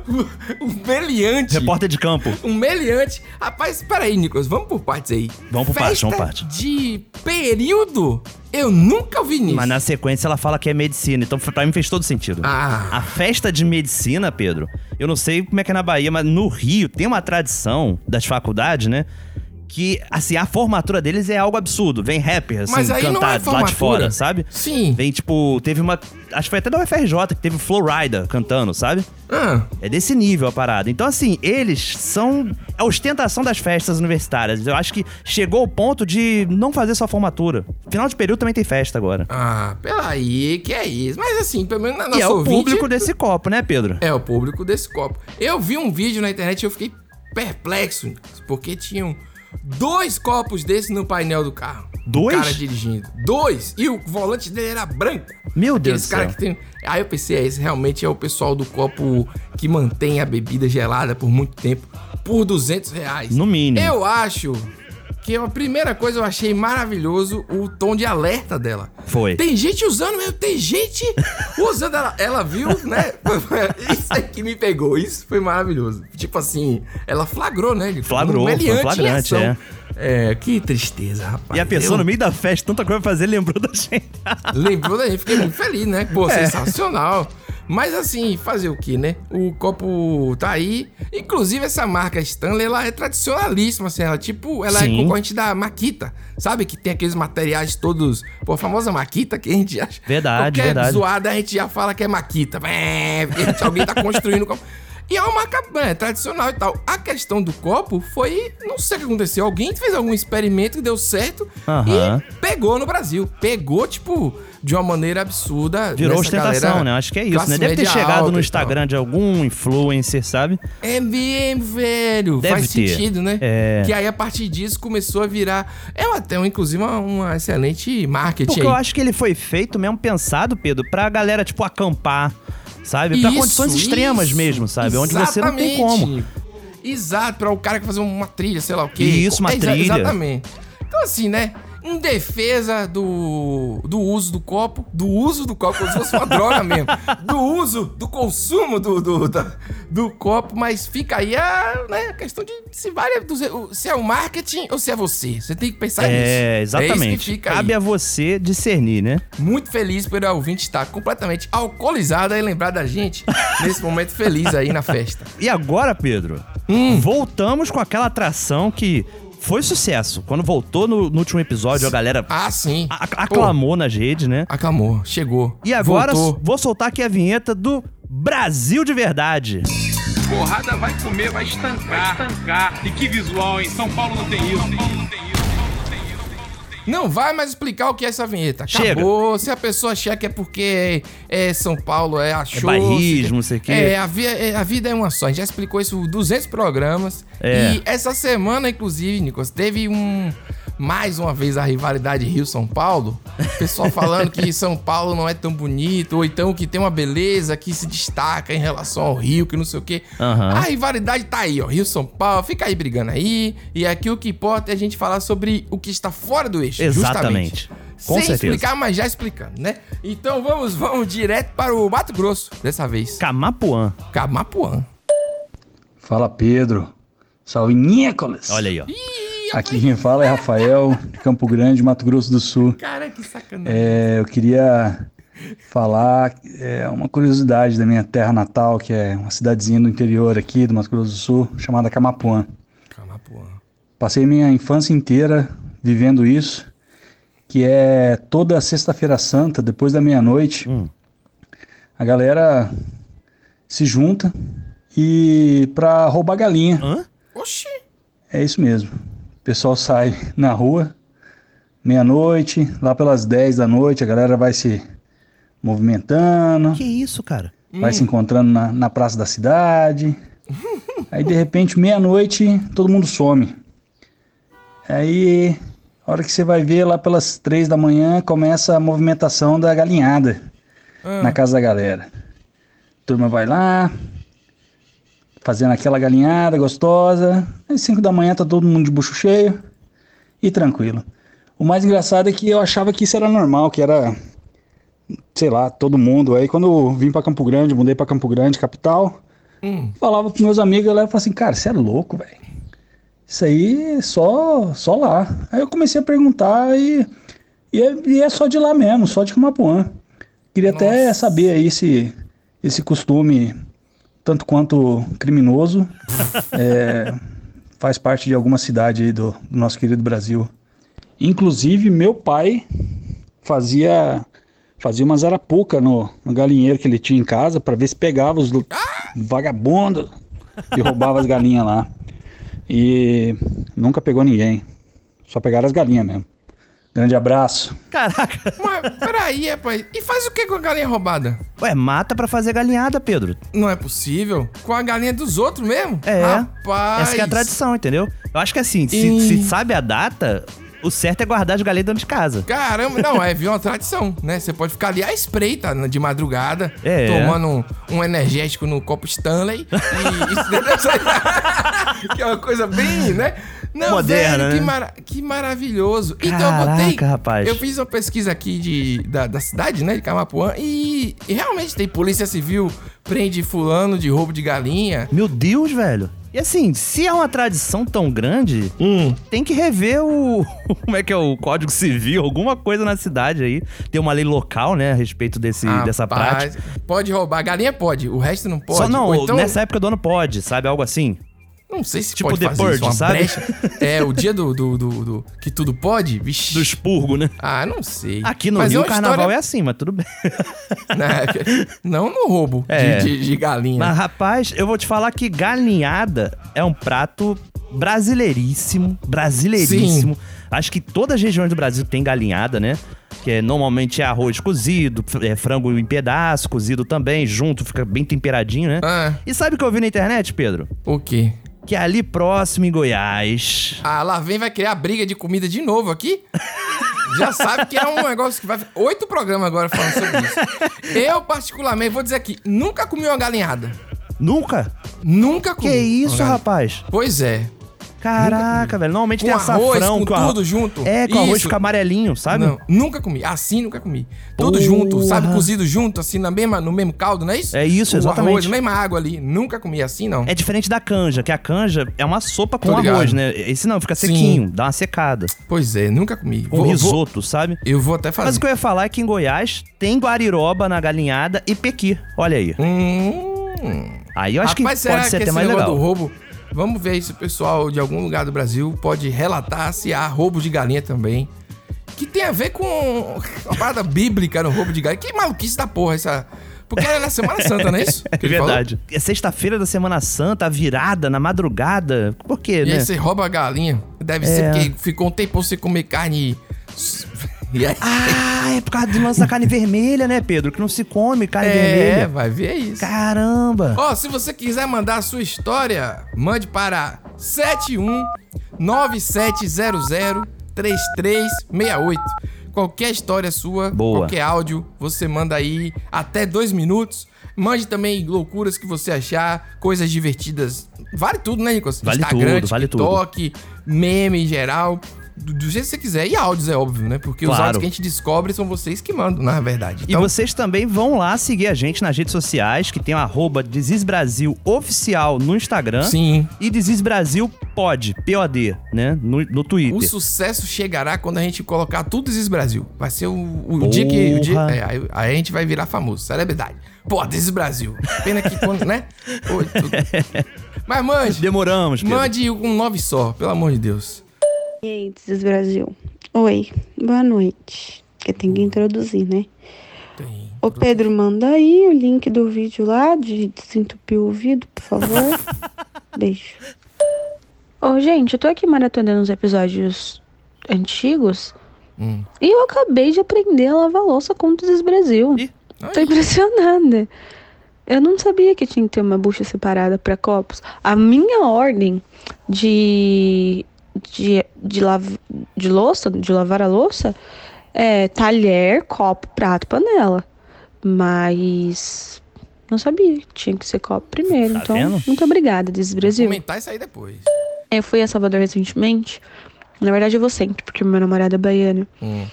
Speaker 3: o- um meliante.
Speaker 4: Repórter de campo.
Speaker 3: Um meliante. Rapaz, peraí, Nicolas, vamos por partes aí.
Speaker 4: Vamos por
Speaker 3: festa
Speaker 4: partes, vamos por partes.
Speaker 3: de período? Eu nunca vi nisso.
Speaker 4: Mas na sequência ela fala que é medicina, então pra mim fez todo sentido.
Speaker 3: Ah.
Speaker 4: A festa de medicina, Pedro, eu não sei como é que é na Bahia, mas no Rio tem uma tradição das faculdades, né? que, assim, a formatura deles é algo absurdo. Vem rapper, assim,
Speaker 3: Mas aí não é
Speaker 4: cantados lá
Speaker 3: formatura.
Speaker 4: de fora, sabe?
Speaker 3: Sim.
Speaker 4: Vem, tipo, teve uma. Acho que foi até da UFRJ que teve Flowrider cantando, sabe?
Speaker 3: Ah.
Speaker 4: É desse nível a parada. Então, assim, eles são a ostentação das festas universitárias. Eu acho que chegou o ponto de não fazer só formatura. Final de período também tem festa agora.
Speaker 3: Ah, peraí, que é isso. Mas assim, pelo menos na nossa
Speaker 4: E é o
Speaker 3: ouvinte-
Speaker 4: público desse copo, né, Pedro?
Speaker 3: É o público desse copo. Eu vi um vídeo na internet e eu fiquei perplexo, Nicolas, porque tinham dois copos desses no painel do carro.
Speaker 4: Dois?
Speaker 3: O cara dirigindo. Dois! E o volante dele era branco.
Speaker 4: Meu Deus
Speaker 3: Aqueles
Speaker 4: do
Speaker 3: cara
Speaker 4: céu.
Speaker 3: que tem. Aí eu pensei, é, esse realmente é o pessoal do copo que mantém a bebida gelada por muito tempo, por 200 reais.
Speaker 4: No mínimo.
Speaker 3: Eu acho que a primeira coisa eu achei maravilhoso o tom de alerta dela.
Speaker 4: Foi.
Speaker 3: Tem gente usando mesmo, tem gente usando. Ela, ela viu, né? Isso é que me pegou, isso foi maravilhoso. Tipo assim, ela flagrou, né? Ele
Speaker 4: Flagrou, foi
Speaker 3: meliante em
Speaker 4: flagrante,
Speaker 3: ação.
Speaker 4: é.
Speaker 3: É, que tristeza, rapaz.
Speaker 4: E a pessoa
Speaker 3: Eu-
Speaker 4: no meio da festa, tanta coisa pra fazer, lembrou da gente.
Speaker 3: Lembrou daí, fiquei muito feliz, né? Pô,
Speaker 4: É.
Speaker 3: sensacional. Mas assim, fazer o que, né? O copo tá aí. Inclusive, essa marca Stanley, ela é tradicionalíssima, assim. Ela, tipo, ela
Speaker 4: Sim.
Speaker 3: é concorrente da Maquita, sabe? Que tem aqueles materiais todos... Pô, a famosa Maquita que a gente acha...
Speaker 4: Verdade,
Speaker 3: Qualquer
Speaker 4: verdade.
Speaker 3: zoada a gente já fala que é Maquita. É, porque alguém tá construindo o copo. E é uma marca né, tradicional e tal. A questão do copo foi... Não sei o que aconteceu. Alguém fez algum experimento que deu certo
Speaker 4: Aham.
Speaker 3: e pegou no Brasil. Pegou, tipo, de uma maneira absurda.
Speaker 4: Virou
Speaker 3: nessa
Speaker 4: ostentação,
Speaker 3: galera
Speaker 4: né? Acho que é isso,
Speaker 3: classe
Speaker 4: né? Deve ter
Speaker 3: média
Speaker 4: chegado
Speaker 3: alta e
Speaker 4: no Instagram de algum influencer, sabe?
Speaker 3: tal. É mesmo, velho.
Speaker 4: Deve
Speaker 3: Faz
Speaker 4: ter.
Speaker 3: sentido, né?
Speaker 4: É.
Speaker 3: Que aí, a partir disso, começou a virar... É até, inclusive, uma, uma excelente marketing
Speaker 4: Porque
Speaker 3: aí.
Speaker 4: eu acho que ele foi feito mesmo, pensado, Pedro, pra galera, tipo, acampar, sabe? Pra
Speaker 3: Isso,
Speaker 4: condições extremas
Speaker 3: isso,
Speaker 4: mesmo, sabe? Onde você não tem como.
Speaker 3: exatamente. Exato, pra o cara que fazer uma trilha, sei lá o quê. É,
Speaker 4: Isso, uma
Speaker 3: Exa-
Speaker 4: trilha.
Speaker 3: Exatamente. Então, assim, né? Em defesa do, do uso do copo, do uso do copo, como se fosse uma droga mesmo. Do uso, do consumo do, do, da- do copo, mas fica aí a né, questão de se, vale, do- se é o marketing ou se é você. Você tem que pensar nisso.
Speaker 4: É, exatamente.
Speaker 3: É isso que fica aí.
Speaker 4: Cabe a você discernir, né?
Speaker 3: Muito feliz por a ouvinte estar completamente alcoolizada e lembrar da gente nesse momento feliz aí na festa.
Speaker 4: E agora, Pedro,
Speaker 3: Hum.
Speaker 4: voltamos com aquela atração que foi sucesso. Quando voltou no, no último episódio, a galera
Speaker 3: ah, sim.
Speaker 4: aclamou nas redes, né?
Speaker 3: Aclamou, chegou.
Speaker 4: E agora
Speaker 3: Voltou.
Speaker 4: vou soltar aqui a vinheta do Brasil de Verdade.
Speaker 13: Porrada vai comer, vai estancar. E que visual, hein? São Paulo não tem isso.
Speaker 3: Não vai mais explicar o que é essa vinheta.
Speaker 4: Chega.
Speaker 3: Acabou. Se a pessoa achar que é porque é, é São Paulo, é achou.
Speaker 4: É bairrismo, não sei o quê.
Speaker 3: É, a, vi- é, a vida é uma só. A gente já explicou isso em 200 programas.
Speaker 4: É.
Speaker 3: E essa semana, inclusive, Nicolas, teve um. Mais uma vez a rivalidade Rio-São Paulo. O pessoal falando que São Paulo não é tão bonito, ou então que tem uma beleza que se destaca em relação ao Rio, que não sei o quê.
Speaker 4: Aham.
Speaker 3: A rivalidade tá aí, ó. Rio-São Paulo, fica aí brigando aí. E aqui o que importa é a gente falar sobre o que está fora do eixo. Justamente.
Speaker 4: Exatamente. Com
Speaker 3: Sem
Speaker 4: certeza.
Speaker 3: explicar, mas já explicando, né? Então vamos, vamos direto para o Mato Grosso, dessa vez.
Speaker 4: Camapuã.
Speaker 3: Camapuã.
Speaker 15: Fala Pedro. Salve Nicolas.
Speaker 4: Olha aí, ó.
Speaker 15: Aqui quem fala é Rafael, de Campo Grande, Mato Grosso do Sul.
Speaker 3: Cara, que sacanagem.
Speaker 15: É, eu queria falar é, uma curiosidade da minha terra natal, que é uma cidadezinha do interior aqui do Mato Grosso do Sul, chamada Camapuã. Passei minha infância inteira vivendo isso, que é toda sexta-feira santa, depois da meia-noite,
Speaker 4: Hum.
Speaker 15: a galera se junta e pra roubar galinha.
Speaker 3: Oxi!
Speaker 15: É isso mesmo. O pessoal sai na rua, meia-noite, lá pelas 10 da noite, a galera vai se movimentando.
Speaker 4: Que isso, cara?
Speaker 15: Vai se encontrando na, na praça da cidade. Aí de repente, meia-noite, todo mundo some. Aí, a hora que você vai ver, lá pelas três da manhã, começa a movimentação da galinhada
Speaker 4: Ah.
Speaker 16: Ah.
Speaker 15: na casa da galera. Turma vai lá, fazendo aquela galinhada gostosa. Às cinco da manhã tá todo mundo de bucho cheio e tranquilo. O mais engraçado é que eu achava que isso era normal, que era sei lá, todo mundo. Aí quando eu vim pra Campo Grande, mudei pra Campo Grande, capital,
Speaker 4: Hum.
Speaker 15: falava pros meus amigos, eu falava assim, cara, você é louco, velho. Isso aí é só, só lá. Aí eu comecei a perguntar e, e, é, e é só de lá mesmo, só de Camapuã. Queria até saber aí se esse costume, tanto quanto criminoso, é, faz parte de alguma cidade aí do, do nosso querido Brasil. Inclusive, meu pai fazia fazia umas arapuca no, no galinheiro que ele tinha em casa para ver se pegava os lu- vagabundos que roubava as galinhas lá. E nunca pegou ninguém. Só pegaram as galinhas mesmo. Grande abraço.
Speaker 4: Caraca.
Speaker 3: Mas peraí, rapaz. E faz o que com a galinha roubada?
Speaker 4: Ué, mata pra fazer galinhada, Pedro.
Speaker 3: Não é possível. Com a galinha dos outros mesmo?
Speaker 4: É.
Speaker 3: Rapaz.
Speaker 4: Essa que é a tradição, entendeu? Eu acho que assim, se,
Speaker 3: E-
Speaker 4: se sabe a data, o certo é guardar as galinhas dentro de casa.
Speaker 3: Caramba, não, é, viu? Uma tradição, né? Você pode ficar ali à espreita né, de madrugada,
Speaker 4: É.
Speaker 3: tomando um, um energético no copo Stanley. E isso deve ser- que é uma coisa bem, né? Não,
Speaker 4: Moderna,
Speaker 3: velho, que,
Speaker 4: né?
Speaker 3: mara- que maravilhoso. então
Speaker 4: Caraca,
Speaker 3: eu botei.
Speaker 4: rapaz.
Speaker 3: Eu fiz uma pesquisa aqui de, da, da cidade, né? De Camapuã, e, e realmente tem polícia civil, prende fulano de roubo de galinha.
Speaker 4: Meu Deus, velho. E assim, se é uma tradição tão grande, tem que rever o. Como é que é o Código Civil? Alguma coisa na cidade aí. Tem uma lei local, né, a respeito desse, dessa
Speaker 3: Rapaz,
Speaker 4: prática.
Speaker 3: Pode roubar, galinha pode, o resto não pode.
Speaker 4: Só não,
Speaker 3: Ou então-
Speaker 4: nessa época do ano pode, sabe? Algo assim.
Speaker 3: Não sei se
Speaker 4: Tipo
Speaker 3: pode
Speaker 4: The
Speaker 3: fazer
Speaker 4: Purge,
Speaker 3: isso, uma
Speaker 4: sabe?
Speaker 3: brecha. É, o dia do, do, do- do- que tudo pode, vixi.
Speaker 4: Do expurgo, né?
Speaker 3: Ah, não sei.
Speaker 4: Aqui no
Speaker 3: Mas
Speaker 4: Rio,
Speaker 3: uma
Speaker 4: o carnaval
Speaker 3: história- Né,
Speaker 4: é assim, mas tudo bem.
Speaker 3: Não no um roubo de-
Speaker 4: É.
Speaker 3: de, de galinha.
Speaker 4: Mas, rapaz, eu vou te falar que galinhada é um prato brasileiríssimo. Brasileiríssimo. Acho que todas as regiões do Brasil tem galinhada, né? Que é, normalmente é arroz cozido, f- é, frango em pedaço, cozido também, junto, fica bem temperadinho, né? E sabe o que eu vi na internet, Pedro?
Speaker 3: É. O quê?
Speaker 4: Que é ali próximo em Goiás.
Speaker 3: Ah, lá vem, vai criar briga de comida de novo aqui. Já sabe que é um negócio que vai. Oito programas agora falando sobre isso. Eu, particularmente, vou dizer aqui: nunca comi uma galinhada.
Speaker 4: Nunca?
Speaker 3: Nunca comi.
Speaker 4: Que isso,
Speaker 3: uma galinha.
Speaker 4: rapaz?
Speaker 3: Pois é.
Speaker 4: Caraca, velho. Normalmente
Speaker 3: Com
Speaker 4: tem
Speaker 3: arroz,
Speaker 4: açafrão
Speaker 3: com
Speaker 4: a-
Speaker 3: tudo junto.
Speaker 4: É, com arroz
Speaker 3: Isso.
Speaker 4: fica amarelinho, sabe?
Speaker 3: Não, nunca comi. Assim nunca comi. Tudo junto, sabe? Cozido junto, assim, na mesma, no mesmo caldo, não é isso?
Speaker 4: É isso,
Speaker 3: o
Speaker 4: exatamente.
Speaker 3: Arroz, mesma água ali. Nunca comi assim, não.
Speaker 4: É diferente da canja, que a canja é uma sopa com
Speaker 3: Tô ligado.
Speaker 4: arroz, né? Esse não, fica
Speaker 3: Sim.
Speaker 4: sequinho, dá uma secada.
Speaker 3: Pois é, nunca comi.
Speaker 4: Com
Speaker 3: Vou-
Speaker 4: risoto, sabe?
Speaker 3: Eu vou até fazer.
Speaker 4: Mas o que eu ia falar é que em Goiás tem guariroba na galinhada e pequi. Olha aí. Aí eu acho
Speaker 3: Hum. Rapaz,
Speaker 4: que pode ser até mais legal.
Speaker 3: do roubo... Vamos ver se o pessoal de algum lugar do Brasil pode relatar se há roubo de galinha também. Que tem a ver com uma parada bíblica no roubo de galinha. Que maluquice da porra essa... Porque era na Semana Santa, não é isso?
Speaker 4: É
Speaker 3: ele falou?
Speaker 4: verdade. É sexta-feira da Semana Santa, a virada, na madrugada. Por quê,
Speaker 3: E
Speaker 4: né?
Speaker 3: aí você rouba a galinha. Deve
Speaker 4: É.
Speaker 3: ser porque ficou um tempo sem comer carne. E aí...
Speaker 4: Ah, é por causa do lance da carne vermelha, né, Pedro? Que não se come carne
Speaker 3: É,
Speaker 4: vermelha.
Speaker 3: vai ver, é isso.
Speaker 4: Caramba.
Speaker 3: Ó, se você quiser mandar a sua história, mande para 71997003368. Qualquer história sua,
Speaker 4: Boa.
Speaker 3: qualquer áudio, você manda aí até dois minutos. Mande também loucuras que você achar, coisas divertidas. Vale tudo, né, Nicolas?
Speaker 4: Vale tudo, vale tudo.
Speaker 3: TikTok, meme em geral. Do, do jeito que você quiser. E áudios, é óbvio, né? Porque os
Speaker 4: Claro.
Speaker 3: áudios que a gente descobre são vocês que mandam, na verdade.
Speaker 4: E vocês também vão lá seguir a gente nas redes sociais, que tem o arroba Desis Brasil oficial no Instagram.
Speaker 3: Sim.
Speaker 4: E Desis Brasil Pod, P-O-D, né? No, no Twitter.
Speaker 3: O sucesso chegará quando a gente colocar tudo This is Brasil. Vai ser o, o dia que. O dia,
Speaker 4: Porra.
Speaker 3: é, aí, aí a gente vai virar famoso, celebridade. Pô, This is Brasil. Pena que quando, né? Pô, tudo. Mas mande.
Speaker 4: Demoramos, Pedro.
Speaker 3: Mande um nove só, pelo amor de Deus.
Speaker 11: E aí, Desis Brasil. Oi, boa noite. Porque tem que introduzir, né? Ô Pedro, manda aí o link do vídeo lá de desentupir o ouvido, por favor. Beijo. Ô, gente, eu tô aqui maratonando os episódios antigos e eu acabei de aprender a lavar louça com o Desis Brasil. Tô impressionada. Eu não sabia que tinha que ter uma bucha separada pra copos. A minha ordem de de de, lav- de louça, de lavar a louça, é talher, copo, prato, panela. Mas não sabia que tinha que ser copo primeiro. então,
Speaker 3: vendo?
Speaker 11: muito obrigada, Desis Brasil.
Speaker 3: Comentar e sair depois.
Speaker 11: Eu fui a Salvador recentemente. Na verdade, eu vou sempre, porque meu namorado é baiano.
Speaker 4: Hum.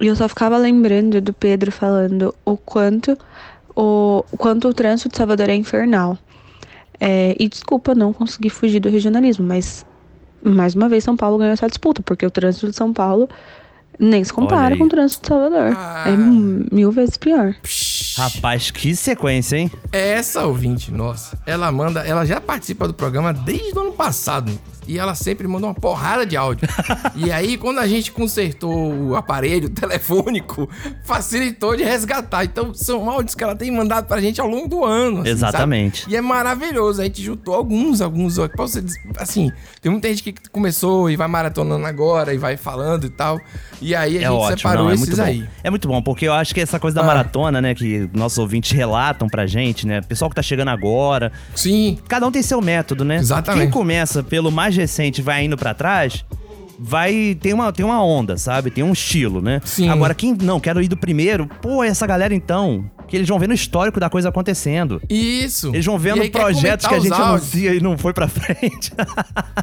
Speaker 11: E eu só ficava lembrando do Pedro falando o quanto o, o quanto o trânsito de Salvador é infernal. É, e desculpa, eu não consegui fugir do regionalismo, mas mais uma vez São Paulo ganhou essa disputa, porque o trânsito de São Paulo nem se
Speaker 4: Olha
Speaker 11: compara
Speaker 4: aí. Ah.
Speaker 11: com o trânsito de Salvador. É m- mil vezes pior.
Speaker 4: Rapaz, que sequência, hein?
Speaker 3: Essa ouvinte, nossa, ela manda, ela já participa do programa desde o ano passado. e ela sempre manda uma porrada de áudio. e aí, quando a gente consertou o aparelho telefônico, facilitou de resgatar. Então, são áudios que ela tem mandado pra gente ao longo do ano. assim,
Speaker 4: Exatamente.
Speaker 3: sabe? E é maravilhoso. A gente juntou alguns, alguns. ó, que posso dizer, Assim, tem muita gente que começou e vai maratonando agora e vai falando e tal. E aí a gente separou
Speaker 4: É não,
Speaker 3: esses
Speaker 4: muito
Speaker 3: aí. Ah.
Speaker 4: Bom. É muito bom, porque eu acho que essa coisa da maratona, né, que nossos ouvintes relatam pra gente, né, pessoal que tá chegando agora.
Speaker 3: Sim.
Speaker 4: Cada um tem seu método, né?
Speaker 3: Exatamente.
Speaker 4: Quem começa pelo mais recente e vai indo pra trás, vai tem uma tem uma onda, sabe? Tem um estilo, né? Sim. Agora quem não quero ir do primeiro, pô, essa galera então, que eles vão vendo o histórico da coisa acontecendo.
Speaker 3: Isso.
Speaker 4: Eles vão
Speaker 3: E
Speaker 4: vendo
Speaker 3: aí quer
Speaker 4: projetos
Speaker 3: comentar
Speaker 4: que a
Speaker 3: os
Speaker 4: gente
Speaker 3: áudios.
Speaker 4: anuncia e não foi pra frente.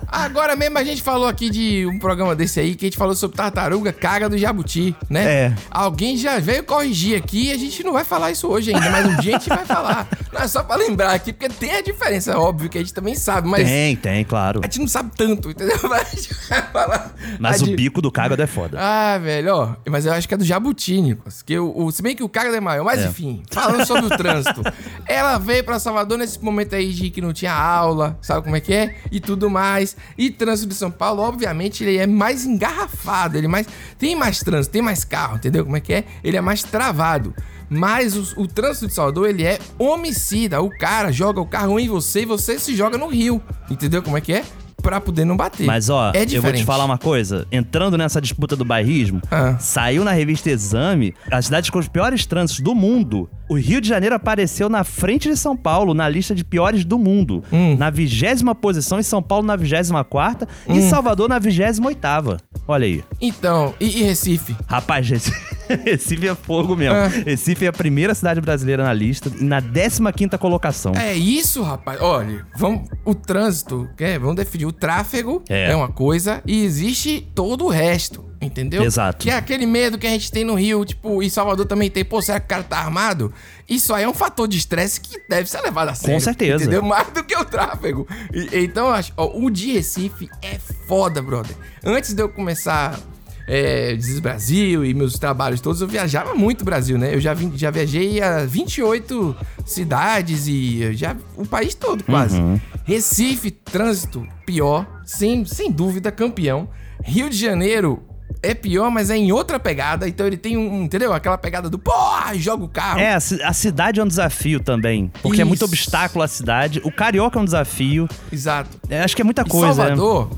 Speaker 3: Agora mesmo a gente falou aqui de um programa desse aí que a gente falou sobre tartaruga caga do jabuti, né?
Speaker 4: É.
Speaker 3: Alguém já veio corrigir aqui e a gente não vai falar isso hoje ainda, mas um dia a gente vai falar. Não é só pra lembrar aqui, porque tem a diferença, é óbvio, que a gente também sabe, mas
Speaker 4: Tem, tem, claro.
Speaker 3: a gente não sabe tanto, entendeu? Mas a gente vai falar.
Speaker 4: Mas
Speaker 3: a
Speaker 4: o
Speaker 3: de-
Speaker 4: bico do cágado é foda.
Speaker 3: Ah, velho, ó. Mas eu acho que é do Jabuti, Nicolas. Que o, o- se bem que o cara é maior. Mas
Speaker 4: É.
Speaker 3: enfim, falando sobre o trânsito. Ela veio pra Salvador nesse momento aí de que não tinha aula, sabe como é que é? E tudo mais. E trânsito de São Paulo, obviamente, ele é mais engarrafado. Ele é mais. Tem mais trânsito, tem mais carro, entendeu? Como é que é? Ele é mais travado. Mas os- o, trânsito de Salvador, ele é homicida. O cara joga o carro em você e você se joga no rio. Entendeu como é que é? Pra poder não bater.
Speaker 4: Mas ó,
Speaker 3: é
Speaker 4: eu vou te falar uma coisa. Entrando nessa disputa do bairrismo,
Speaker 3: Ah.
Speaker 4: saiu na revista Exame as cidades com os piores trânsitos do mundo. O Rio de Janeiro apareceu na frente de São Paulo na lista de piores do mundo.
Speaker 3: Hum.
Speaker 4: Na vigésima posição e São Paulo na vigésima quarta e Salvador na vigésima oitava. Olha aí.
Speaker 3: Hum. Então, e, e Recife? Ah.
Speaker 4: Rapaz, Recife, Recife é fogo mesmo. Recife é a primeira cidade brasileira na lista e na 15 quinta colocação.
Speaker 3: É isso, rapaz. Olha, vamos, o trânsito, é, vamos definir. O tráfego é.
Speaker 4: É.
Speaker 3: uma coisa e existe todo o resto, entendeu?
Speaker 4: Exato.
Speaker 3: Que é aquele medo que a gente tem no Rio, tipo, e Salvador também tem. Pô, será que o cara tá armado? Isso aí é um fator de estresse que deve ser levado a sério.
Speaker 4: certeza.
Speaker 3: Entendeu? Mais do que o tráfego. E- então, eu acho, ó, o de Recife é foda, brother. Antes de eu começar é, Desis Brasil e meus trabalhos todos, eu viajava muito o Brasil, né? Eu já, vim, já viajei a 28 cidades e eu já o país todo, quase.
Speaker 4: Uhum.
Speaker 3: Recife, trânsito, pior, sem, sem dúvida, campeão. Rio de Janeiro. É pior, mas é em outra pegada. Então ele tem um, entendeu? Aquela pegada do porra, joga o carro.
Speaker 4: É, a, ci- a cidade é um desafio também. Porque é muito
Speaker 3: Isso.
Speaker 4: obstáculo a cidade. O carioca é um desafio.
Speaker 3: Exato.
Speaker 4: acho que é muita
Speaker 3: E
Speaker 4: coisa. né?
Speaker 3: Salvador,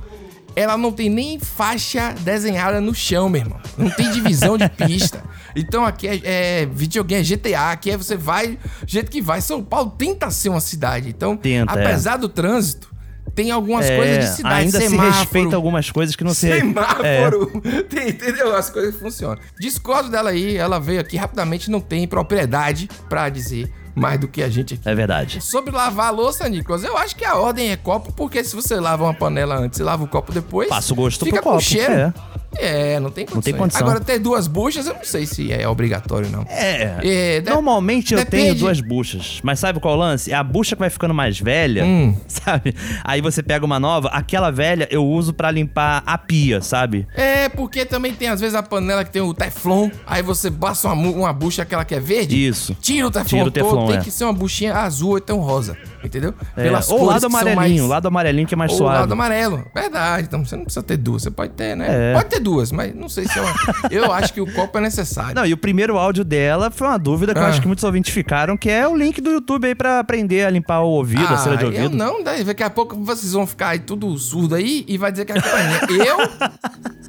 Speaker 3: ela não tem nem faixa desenhada no chão, meu irmão. Não tem divisão de pista. Então aqui é, é videogame, é GTA, aqui é você vai, do jeito que vai. São Paulo tenta ser uma cidade. Então,
Speaker 4: Tenta, é.
Speaker 3: apesar do trânsito, tem algumas
Speaker 4: É,
Speaker 3: coisas de cidade.
Speaker 4: Ainda se
Speaker 3: semáforo,
Speaker 4: respeita algumas coisas que não se. É.
Speaker 3: Semáforo. Tem, entendeu? As coisas funcionam. Discordo dela aí, ela veio aqui rapidamente, não tem propriedade pra dizer mais do que a gente aqui.
Speaker 4: É verdade.
Speaker 3: Sobre lavar a louça, Nicolas, eu acho que a ordem é copo, porque se você lava uma panela antes e lava o copo depois.
Speaker 4: Passa o gosto
Speaker 3: fica
Speaker 4: pro
Speaker 3: com
Speaker 4: copo,
Speaker 3: cheiro.
Speaker 4: é.
Speaker 3: É, não tem condição.
Speaker 4: Não tem condição.
Speaker 3: Agora, ter duas buchas, eu não sei se é obrigatório, não.
Speaker 4: É.
Speaker 3: de-
Speaker 4: Normalmente eu
Speaker 3: depende.
Speaker 4: tenho duas buchas. Mas sabe qual é o lance? É a bucha que vai ficando mais velha,
Speaker 3: Hum.
Speaker 4: sabe? Aí você pega uma nova, aquela velha eu uso pra limpar a pia, sabe?
Speaker 3: É, porque também tem às vezes a panela que tem o teflon, aí você passa uma, mu- uma bucha, aquela que é verde.
Speaker 4: Isso.
Speaker 3: Tira o teflon,
Speaker 4: Tira o teflon,
Speaker 3: todo, tem
Speaker 4: é.
Speaker 3: que ser uma buchinha azul ou então rosa, entendeu?
Speaker 4: É, ou o
Speaker 3: cores
Speaker 4: lado
Speaker 3: que são
Speaker 4: amarelinho, o lado amarelinho que é mais
Speaker 3: ou o
Speaker 4: suave.
Speaker 3: lado amarelo, verdade. Então você não precisa ter duas, você pode ter, né?
Speaker 4: É.
Speaker 3: Pode ter duas, mas não sei se é uma... Eu acho que o copo é necessário.
Speaker 4: Não, e o primeiro áudio dela foi uma dúvida que eu
Speaker 3: Ah.
Speaker 4: acho que muitos ouvintes ficaram, que é o link do YouTube aí pra aprender a limpar o ouvido, a cera de ouvido.
Speaker 3: Ah, eu não, daí daqui a pouco vocês vão ficar aí tudo surdo aí e vai dizer que é culpa minha.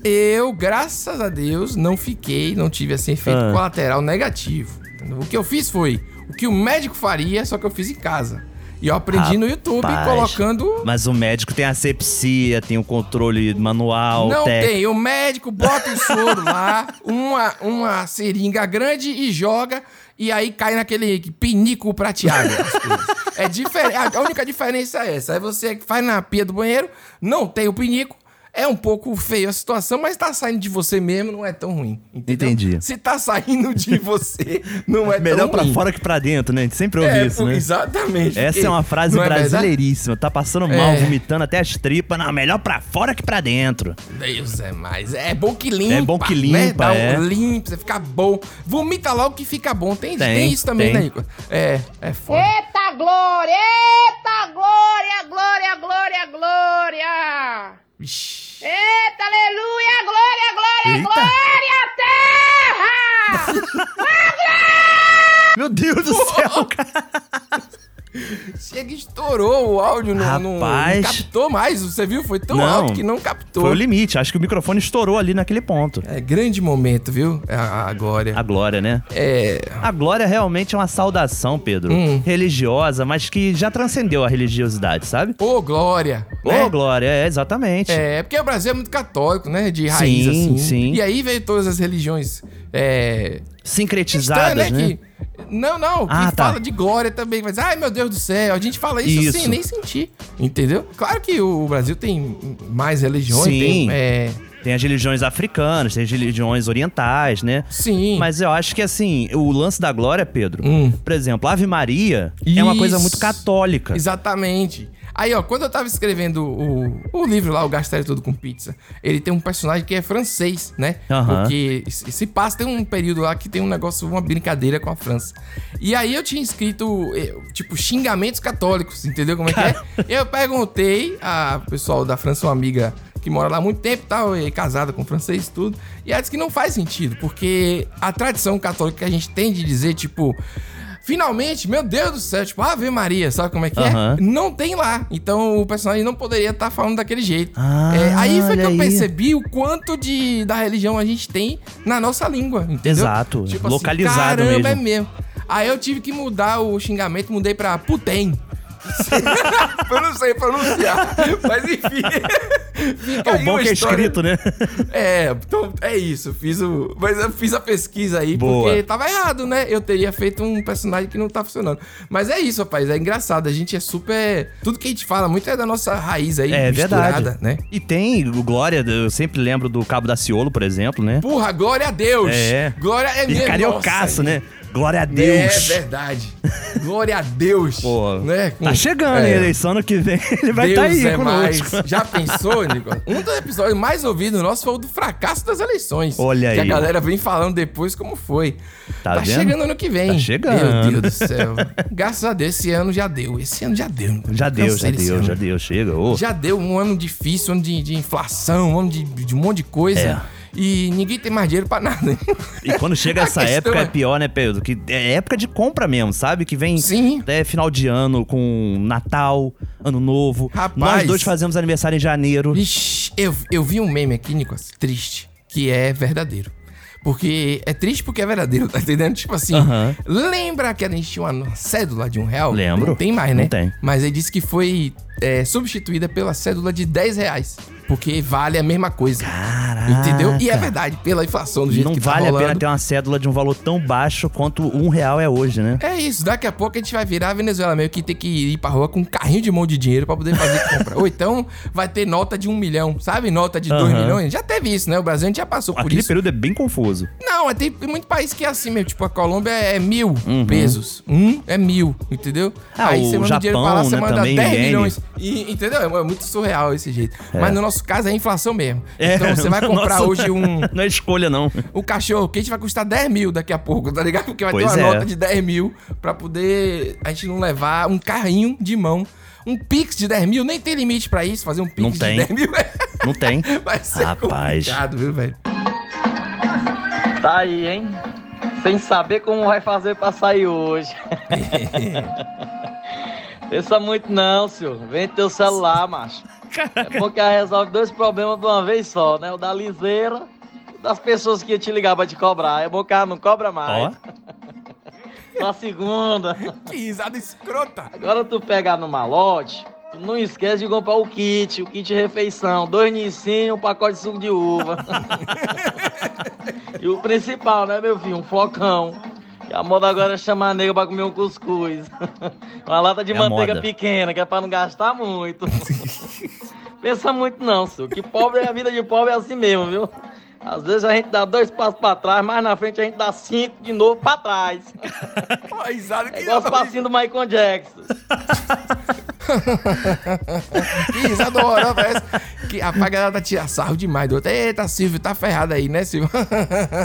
Speaker 3: Eu, eu, graças a Deus, não fiquei, não tive assim efeito
Speaker 4: Ah.
Speaker 3: colateral negativo. entendeu? O que eu fiz foi o que o médico faria, só que eu fiz em casa. E eu aprendi no YouTube
Speaker 4: Rapaz,
Speaker 3: colocando
Speaker 4: Mas o médico tem asepsia, tem o controle manual,
Speaker 3: Não
Speaker 4: técnico.
Speaker 3: tem. O médico bota o soro lá, uma, uma seringa grande e joga, e aí cai naquele pinico prateado. as coisas. É diferente. A única diferença é essa. Aí você que faz na pia do banheiro, não tem o pinico. É um pouco feio a situação, mas tá saindo de você mesmo, não é tão ruim. entendeu?
Speaker 4: Entendi.
Speaker 3: Se tá saindo de você, não é
Speaker 4: Melhor
Speaker 3: tão
Speaker 4: pra
Speaker 3: ruim.
Speaker 4: fora que pra dentro, né? A gente sempre ouve
Speaker 3: É,
Speaker 4: isso,
Speaker 3: pô,
Speaker 4: né?
Speaker 3: exatamente.
Speaker 4: Essa
Speaker 3: Porque
Speaker 4: é uma frase
Speaker 3: não é verdade?
Speaker 4: brasileiríssima. Tá passando mal,
Speaker 3: É.
Speaker 4: vomitando até as tripas. Não, melhor pra fora que pra dentro.
Speaker 3: Deus é mais. É bom que limpa.
Speaker 4: É bom que
Speaker 3: Né?
Speaker 4: limpa,
Speaker 3: Dá
Speaker 4: é.
Speaker 3: um limpa, você fica bom. Vomita logo que fica bom. Tem,
Speaker 4: Tem,
Speaker 3: tem, isso também,
Speaker 4: tem.
Speaker 3: né, Igor? É, é foda.
Speaker 17: Eita glória! Eita glória, glória, glória, glória! Eita aleluia, glória, glória,
Speaker 4: Eita.
Speaker 17: glória, terra!
Speaker 4: Meu Deus do céu, cara.
Speaker 3: Chega e é estourou o áudio. Não, não-
Speaker 4: Rapaz.
Speaker 3: não captou mais. Você viu? Foi tão
Speaker 4: Não.
Speaker 3: alto que não captou.
Speaker 4: Foi o limite. Acho que o microfone estourou ali naquele ponto.
Speaker 3: É grande momento, viu? É A, glória.
Speaker 4: A glória, né?
Speaker 3: É.
Speaker 4: A glória realmente é uma saudação, Pedro.
Speaker 3: Hum.
Speaker 4: Religiosa, mas que já transcendeu a religiosidade, sabe?
Speaker 3: Ô, glória!
Speaker 4: Ô,
Speaker 3: né?
Speaker 4: glória, é, exatamente.
Speaker 3: É, porque o Brasil é muito católico, né? De raiz,
Speaker 4: Sim,
Speaker 3: assim.
Speaker 4: sim.
Speaker 3: E aí veio todas as religiões. É,
Speaker 4: Sincretizadas,
Speaker 3: cristã,
Speaker 4: né?
Speaker 3: Que- não, não.
Speaker 4: Ah,
Speaker 3: que
Speaker 4: tá.
Speaker 3: fala de glória também. Mas, ai, meu Deus do céu. A gente fala isso,
Speaker 4: Isso.
Speaker 3: sem nem sentir. Entendeu? Claro que o Brasil tem mais religiões.
Speaker 4: Sim.
Speaker 3: Tem, é,
Speaker 4: Tem as religiões africanas, tem as religiões orientais, né?
Speaker 3: Sim. Hum.
Speaker 4: Mas eu acho que, assim, o lance da glória, Pedro, por exemplo, a Ave Maria é uma coisa
Speaker 3: Isso.
Speaker 4: muito católica.
Speaker 3: Exatamente. Aí, ó, quando eu tava escrevendo o, o livro lá, O Gastar Tudo com Pizza, ele tem um personagem que é francês, né?
Speaker 4: Aham.
Speaker 3: Porque se se passa, tem um período lá que tem um negócio, uma brincadeira com a França. E aí eu tinha escrito, eh, tipo, xingamentos católicos, entendeu como é que é? Eu perguntei a pessoal da França, uma amiga que mora lá há muito tempo e tal, e casada com francês e tudo, e ela disse que não faz sentido, porque a tradição católica que a gente tem de dizer, tipo, Finalmente, meu Deus do céu, tipo, Ave Maria, sabe como é que
Speaker 4: Aham.
Speaker 3: é? Não tem lá. Então o personagem não poderia estar falando daquele jeito. É, aí foi
Speaker 4: Ah, olha
Speaker 3: que eu
Speaker 4: aí.
Speaker 3: percebi o quanto de, da religião a gente tem na nossa língua, entendeu? Tipo
Speaker 4: Exato, localizado
Speaker 3: caramba,
Speaker 4: mesmo.
Speaker 3: é mesmo. Aí eu tive que mudar o xingamento, mudei pra putem. eu não sei pronunciar, mas enfim. Fica
Speaker 4: o
Speaker 3: aí
Speaker 4: bom
Speaker 3: uma
Speaker 4: que é
Speaker 3: história.
Speaker 4: escrito, né?
Speaker 3: É, então é isso. Fiz o, mas eu fiz a pesquisa aí
Speaker 4: Boa.
Speaker 3: porque tava errado, né? Eu teria feito um personagem que não tá funcionando. Mas é isso, rapaz. É engraçado. A gente é super. Tudo que a gente fala muito é da nossa raiz aí.
Speaker 4: É
Speaker 3: misturada,
Speaker 4: verdade.
Speaker 3: né?
Speaker 4: E tem o Glória, eu sempre lembro do Cabo da Ciolo, por exemplo, né?
Speaker 3: Porra, glória a Deus!
Speaker 4: É.
Speaker 3: Glória é
Speaker 4: E
Speaker 3: mesmo. nossa,
Speaker 4: cariocaço, né? Glória a
Speaker 3: É
Speaker 4: Deus.
Speaker 3: verdade. Glória a Deus. Pô, né?
Speaker 4: Tá chegando a
Speaker 3: É.
Speaker 4: eleição ano que vem, ele vai estar tá
Speaker 3: Deus
Speaker 4: aí
Speaker 3: é mais.
Speaker 4: conosco.
Speaker 3: Já pensou, Nicolas? Um dos episódios mais ouvidos nosso foi o do fracasso das eleições.
Speaker 4: Olha
Speaker 3: que
Speaker 4: aí.
Speaker 3: a galera vem falando depois como foi.
Speaker 4: Tá
Speaker 3: Tá,
Speaker 4: vendo?
Speaker 3: chegando ano que vem.
Speaker 4: Tá chegando.
Speaker 3: Meu Deus do céu. Graças a Deus, esse ano já deu. Esse ano já deu.
Speaker 4: Já deu, já
Speaker 3: Cansei desse
Speaker 4: deu, já
Speaker 3: ano.
Speaker 4: deu, chega. ô.
Speaker 3: Já deu um ano difícil, um ano de, de inflação, um ano de, de um monte de coisa.
Speaker 4: É.
Speaker 3: E ninguém tem mais dinheiro pra nada.
Speaker 4: E quando chega
Speaker 3: A
Speaker 4: essa
Speaker 3: questão
Speaker 4: época é...
Speaker 3: é-
Speaker 4: pior, né, Pedro? Que é época de compra mesmo, sabe? Que vem até final de ano com Natal, Ano Novo. Nós dois fazemos aniversário em janeiro.
Speaker 3: Ixi, eu, eu vi um meme aqui, Nicolas, triste, que é verdadeiro. Porque é triste porque é verdadeiro, tá entendendo? Tipo assim,
Speaker 4: Aham.
Speaker 3: lembra que a gente tinha uma cédula de um real?
Speaker 4: Lembro.
Speaker 3: Não tem mais, né?
Speaker 4: Não tem.
Speaker 3: Mas ele disse que foi é, substituída pela cédula de 10 reais. Porque vale a mesma coisa.
Speaker 4: Caraca.
Speaker 3: Entendeu? E é verdade, pela inflação do jeito
Speaker 4: Não
Speaker 3: que
Speaker 4: vale
Speaker 3: tá
Speaker 4: a
Speaker 3: rolando.
Speaker 4: pena ter uma cédula de um valor tão baixo quanto um real é hoje, né?
Speaker 3: É isso, daqui a pouco a gente vai virar a Venezuela meio que ter que ir pra rua com um carrinho de mão de dinheiro pra poder fazer compra. Ou então vai ter nota de um milhão, sabe? Nota de dois
Speaker 4: Aham.
Speaker 3: milhões. Já teve isso, né? O Brasil a gente já passou por
Speaker 4: Aquele
Speaker 3: isso.
Speaker 4: período é bem confuso.
Speaker 3: Não, é, tem muito país que é assim mesmo. Tipo, a Colômbia é mil pesos. Um é mil, entendeu?
Speaker 4: Uhum. Ah, o Japão, né, também, iene.
Speaker 3: milhões. E, entendeu? É muito surreal esse jeito.
Speaker 4: É.
Speaker 3: Mas no nosso caso é inflação mesmo. então você vai comprar
Speaker 4: nossa,
Speaker 3: hoje um,
Speaker 4: Não é escolha, não.
Speaker 3: o cachorro quente vai custar 10 mil daqui a pouco, tá ligado? Porque vai
Speaker 4: Pois
Speaker 3: ter
Speaker 4: é.
Speaker 3: uma nota de 10 mil pra poder a gente não levar um carrinho de mão. Um Pix de 10 mil, nem tem limite pra isso, fazer um Pix
Speaker 4: Não
Speaker 3: de
Speaker 4: tem.
Speaker 3: 10 mil.
Speaker 4: Não tem.
Speaker 3: Vai ser
Speaker 4: Rapaz.
Speaker 3: complicado, viu, velho?
Speaker 16: Tá aí, hein? Sem saber como vai fazer pra sair hoje. Pensa muito não, senhor. Vende teu celular, macho. É bom que ela resolve dois problemas de uma vez só, né? O da liseira e das pessoas que iam te ligar pra te cobrar. É bom que ela não cobra mais. Só a segunda.
Speaker 3: Que risada escrota.
Speaker 16: Agora tu pega no malote, tu não esquece de comprar o kit, o kit refeição. Dois nicinhos, um pacote de suco de uva. E o principal, né, meu filho? Um flocão. E a moda agora é chamar nego pra comer um cuscuz. Uma lata de
Speaker 4: É a
Speaker 16: manteiga
Speaker 4: moda.
Speaker 16: pequena, que é pra não gastar muito. Pensa muito não, senhor. Que pobre é a vida de pobre é assim mesmo, viu? Às vezes a gente dá dois passos pra trás, mas na frente a gente dá cinco de novo pra trás. é igual os passinhos do Michael Jackson.
Speaker 3: que risada horrorosa é parece que a galera tá tirando sarro demais do outro. Eita, Silvio, tá ferrado aí, né, Silvio?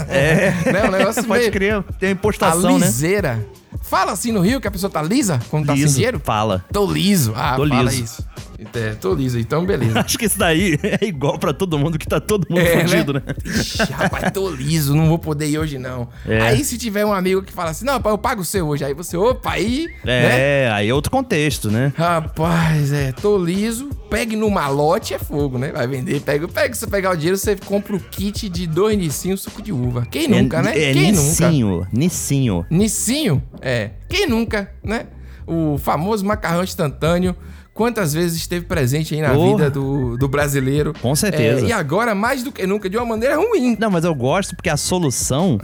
Speaker 4: É.
Speaker 3: Né, um negócio
Speaker 4: Pode
Speaker 3: meio-
Speaker 4: crer, tem uma impostação,
Speaker 3: a
Speaker 4: né?
Speaker 3: liseira. Fala assim no Rio que a pessoa tá lisa quando tá sem
Speaker 4: Liso,
Speaker 3: dinheiro?
Speaker 4: Fala.
Speaker 3: Tô liso. Ah,
Speaker 4: Tô
Speaker 3: fala
Speaker 4: liso.
Speaker 3: isso. É, tô liso, então beleza.
Speaker 4: Acho que isso daí é igual pra todo mundo, que tá todo mundo
Speaker 3: É, né?
Speaker 4: fudido, né?
Speaker 3: Ixi, rapaz, tô liso, não vou poder ir hoje não.
Speaker 4: É.
Speaker 3: Aí se tiver um amigo que fala assim, não, pai, eu pago o seu hoje. Aí você, opa, aí... né?
Speaker 4: É, aí é outro contexto, né?
Speaker 3: Rapaz, é, tô liso, pegue no malote, é fogo, né? Vai vender, pega, pega, se você pegar o dinheiro, você compra o kit de dois nicinhos, suco de uva. Quem nunca,
Speaker 4: é,
Speaker 3: né?
Speaker 4: É
Speaker 3: Quem nunca?
Speaker 4: Nissinho, Nissinho.
Speaker 3: Nicinho, é. Quem nunca, né? O famoso macarrão instantâneo. Quantas vezes esteve presente aí na
Speaker 4: Porra.
Speaker 3: vida do, do brasileiro?
Speaker 4: Com certeza.
Speaker 3: É, e agora, mais do que nunca, de uma maneira ruim. Ah.
Speaker 4: Não, mas eu gosto porque a solução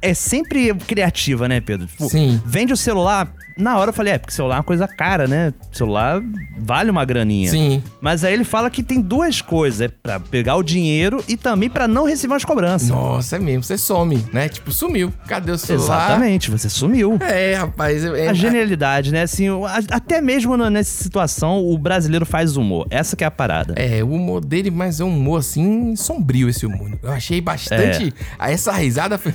Speaker 4: é sempre criativa, né, Pedro? Tipo,
Speaker 3: Sim.
Speaker 4: Vende o celular. Na hora eu falei, é, porque celular é uma coisa cara, né? Celular vale uma graninha.
Speaker 3: Sim.
Speaker 4: Mas aí ele fala que tem duas coisas: é pra pegar o dinheiro e também pra não receber as cobranças.
Speaker 3: Nossa, é mesmo, você some, né? Tipo, sumiu. Cadê o celular?
Speaker 4: Exatamente, você sumiu.
Speaker 3: É, rapaz. é-
Speaker 4: A genialidade, né? Assim, o- a- até mesmo na- nessa situação, o brasileiro faz humor. Essa que é a parada.
Speaker 3: É, o humor dele, mas é um humor assim, sombrio esse humor. Eu achei bastante.
Speaker 4: É.
Speaker 3: a Essa risada foi.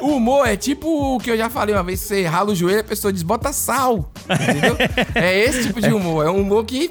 Speaker 3: o humor é tipo o que eu já falei uma vez: você rala o joelho, a pessoa diz, bota sal. Entendeu? é esse tipo de humor. É um humor que.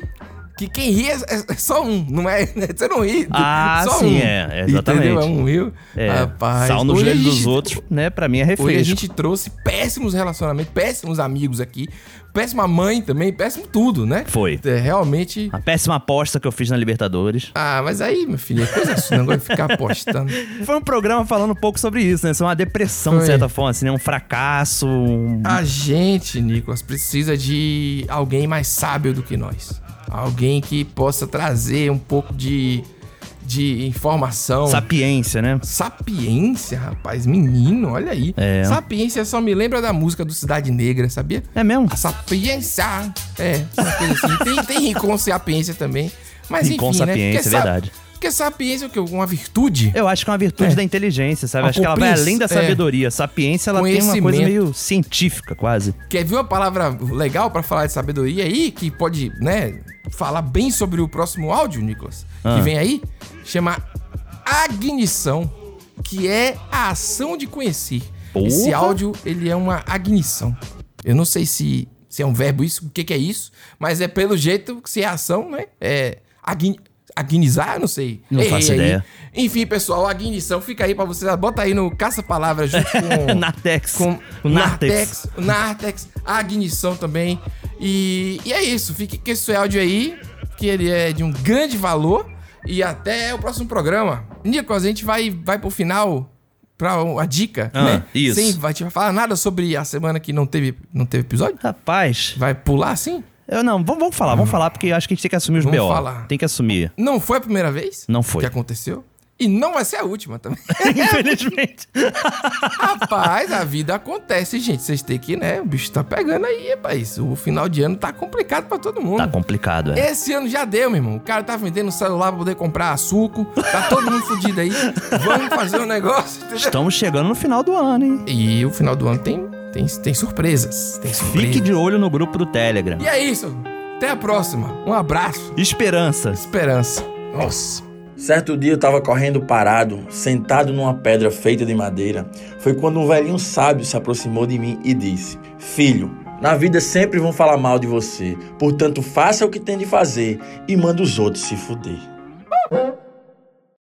Speaker 3: Que quem ri é, é só um, não é? Você não ri.
Speaker 4: Ah,
Speaker 3: só
Speaker 4: sim,
Speaker 3: um.
Speaker 4: é. é Exatamente.
Speaker 3: Entendeu? É um rio.
Speaker 4: É,
Speaker 3: Rapaz.
Speaker 4: Sal no
Speaker 3: hoje a
Speaker 4: joelho dos
Speaker 3: gente-
Speaker 4: outros, né? Pra mim é
Speaker 3: Hoje a
Speaker 4: refresco.
Speaker 3: gente trouxe péssimos relacionamentos, péssimos amigos aqui, péssima mãe também, péssimo tudo, né?
Speaker 4: Foi.
Speaker 3: É, realmente.
Speaker 4: A péssima aposta que eu fiz na Libertadores.
Speaker 3: Ah, mas aí, meu filho, é coisa sua, não vai ficar apostando.
Speaker 4: Foi um programa falando um pouco sobre isso, né? Isso é uma depressão, de
Speaker 3: né? Foi.
Speaker 4: certa forma, assim, né? Um fracasso. um-
Speaker 3: A gente, Nicolas, precisa de alguém mais sábio do que nós. Alguém que possa trazer um pouco de, de informação.
Speaker 4: Sapiência, né?
Speaker 3: Sapiência, rapaz, menino, olha aí.
Speaker 4: É.
Speaker 3: Sapiência só me lembra da música do Cidade Negra, sabia?
Speaker 4: É mesmo?
Speaker 3: A sapiência. É, uma coisa assim. tem, tem Rincon Sapiência também. Mas
Speaker 4: Rincon
Speaker 3: enfim, né?
Speaker 4: Sapiência,
Speaker 3: Porque
Speaker 4: é
Speaker 3: sa-
Speaker 4: verdade.
Speaker 3: Porque sapiência é o quê? Uma virtude?
Speaker 4: Eu acho que é uma virtude da inteligência, sabe?
Speaker 3: Uma
Speaker 4: acho que ela vai
Speaker 3: compreens-
Speaker 4: além da
Speaker 3: é.
Speaker 4: sabedoria. Sapiência, ela tem uma coisa
Speaker 3: Conhecimento.
Speaker 4: meio científica, quase.
Speaker 3: Quer ver uma palavra legal pra falar de sabedoria aí? Que pode, né, falar bem sobre o próximo áudio, Nicolas?
Speaker 4: Ah.
Speaker 3: Que vem aí? Chama agnição, que é a ação de conhecer. Esse
Speaker 4: Porra!
Speaker 3: áudio, ele é uma agnição. Eu não sei se, se é um verbo isso, o que, que é isso, mas é pelo jeito que se é ação, né? É agni... agnizar, eu não sei.
Speaker 4: Não faço
Speaker 3: aí.
Speaker 4: ideia.
Speaker 3: Enfim, pessoal, agnição fica aí pra vocês. Bota aí no caça-palavra junto com...
Speaker 4: Nartex.
Speaker 3: com
Speaker 4: O Nartex.
Speaker 3: Nartex, o Nartex, a Agnição também. E, e é isso, fique com esse áudio aí, que ele é de um grande valor. E até o próximo programa. Nicolas, a gente vai, vai pro final pra uma dica,
Speaker 4: Ah,
Speaker 3: né?
Speaker 4: isso.
Speaker 3: Sem vai te falar nada sobre a semana que não teve, não teve episódio?
Speaker 4: Rapaz.
Speaker 3: Vai pular assim?
Speaker 4: Eu não, vamos, vamos falar, vamos falar, porque eu acho que a gente tem que assumir os
Speaker 3: Vamos
Speaker 4: B.O.
Speaker 3: falar.
Speaker 4: Tem que assumir.
Speaker 3: Não foi a primeira vez
Speaker 4: Não foi.
Speaker 3: que aconteceu. E não vai ser a última também.
Speaker 4: Infelizmente.
Speaker 3: Rapaz, a vida acontece, gente. Vocês têm que, né? O bicho tá pegando aí, rapaz. O final de ano tá complicado pra todo mundo.
Speaker 4: Tá complicado, é.
Speaker 3: Esse ano já deu, meu irmão. O cara tá vendendo celular pra poder comprar suco. Tá todo mundo fudido aí. Vamos fazer um negócio. entendeu?
Speaker 4: Estamos chegando no final do ano, hein?
Speaker 3: E o final do ano tem, tem, tem surpresas. Tem surpresas.
Speaker 4: Fique de olho no grupo do Telegram.
Speaker 3: E é isso. Até a próxima. Um abraço.
Speaker 4: Esperança.
Speaker 3: Esperança. Nossa.
Speaker 18: Certo dia eu estava correndo parado, sentado numa pedra feita de madeira. Foi quando um velhinho sábio se aproximou de mim e disse: Filho, na vida sempre vão falar mal de você, portanto faça o que tem de fazer e manda os outros se fuder.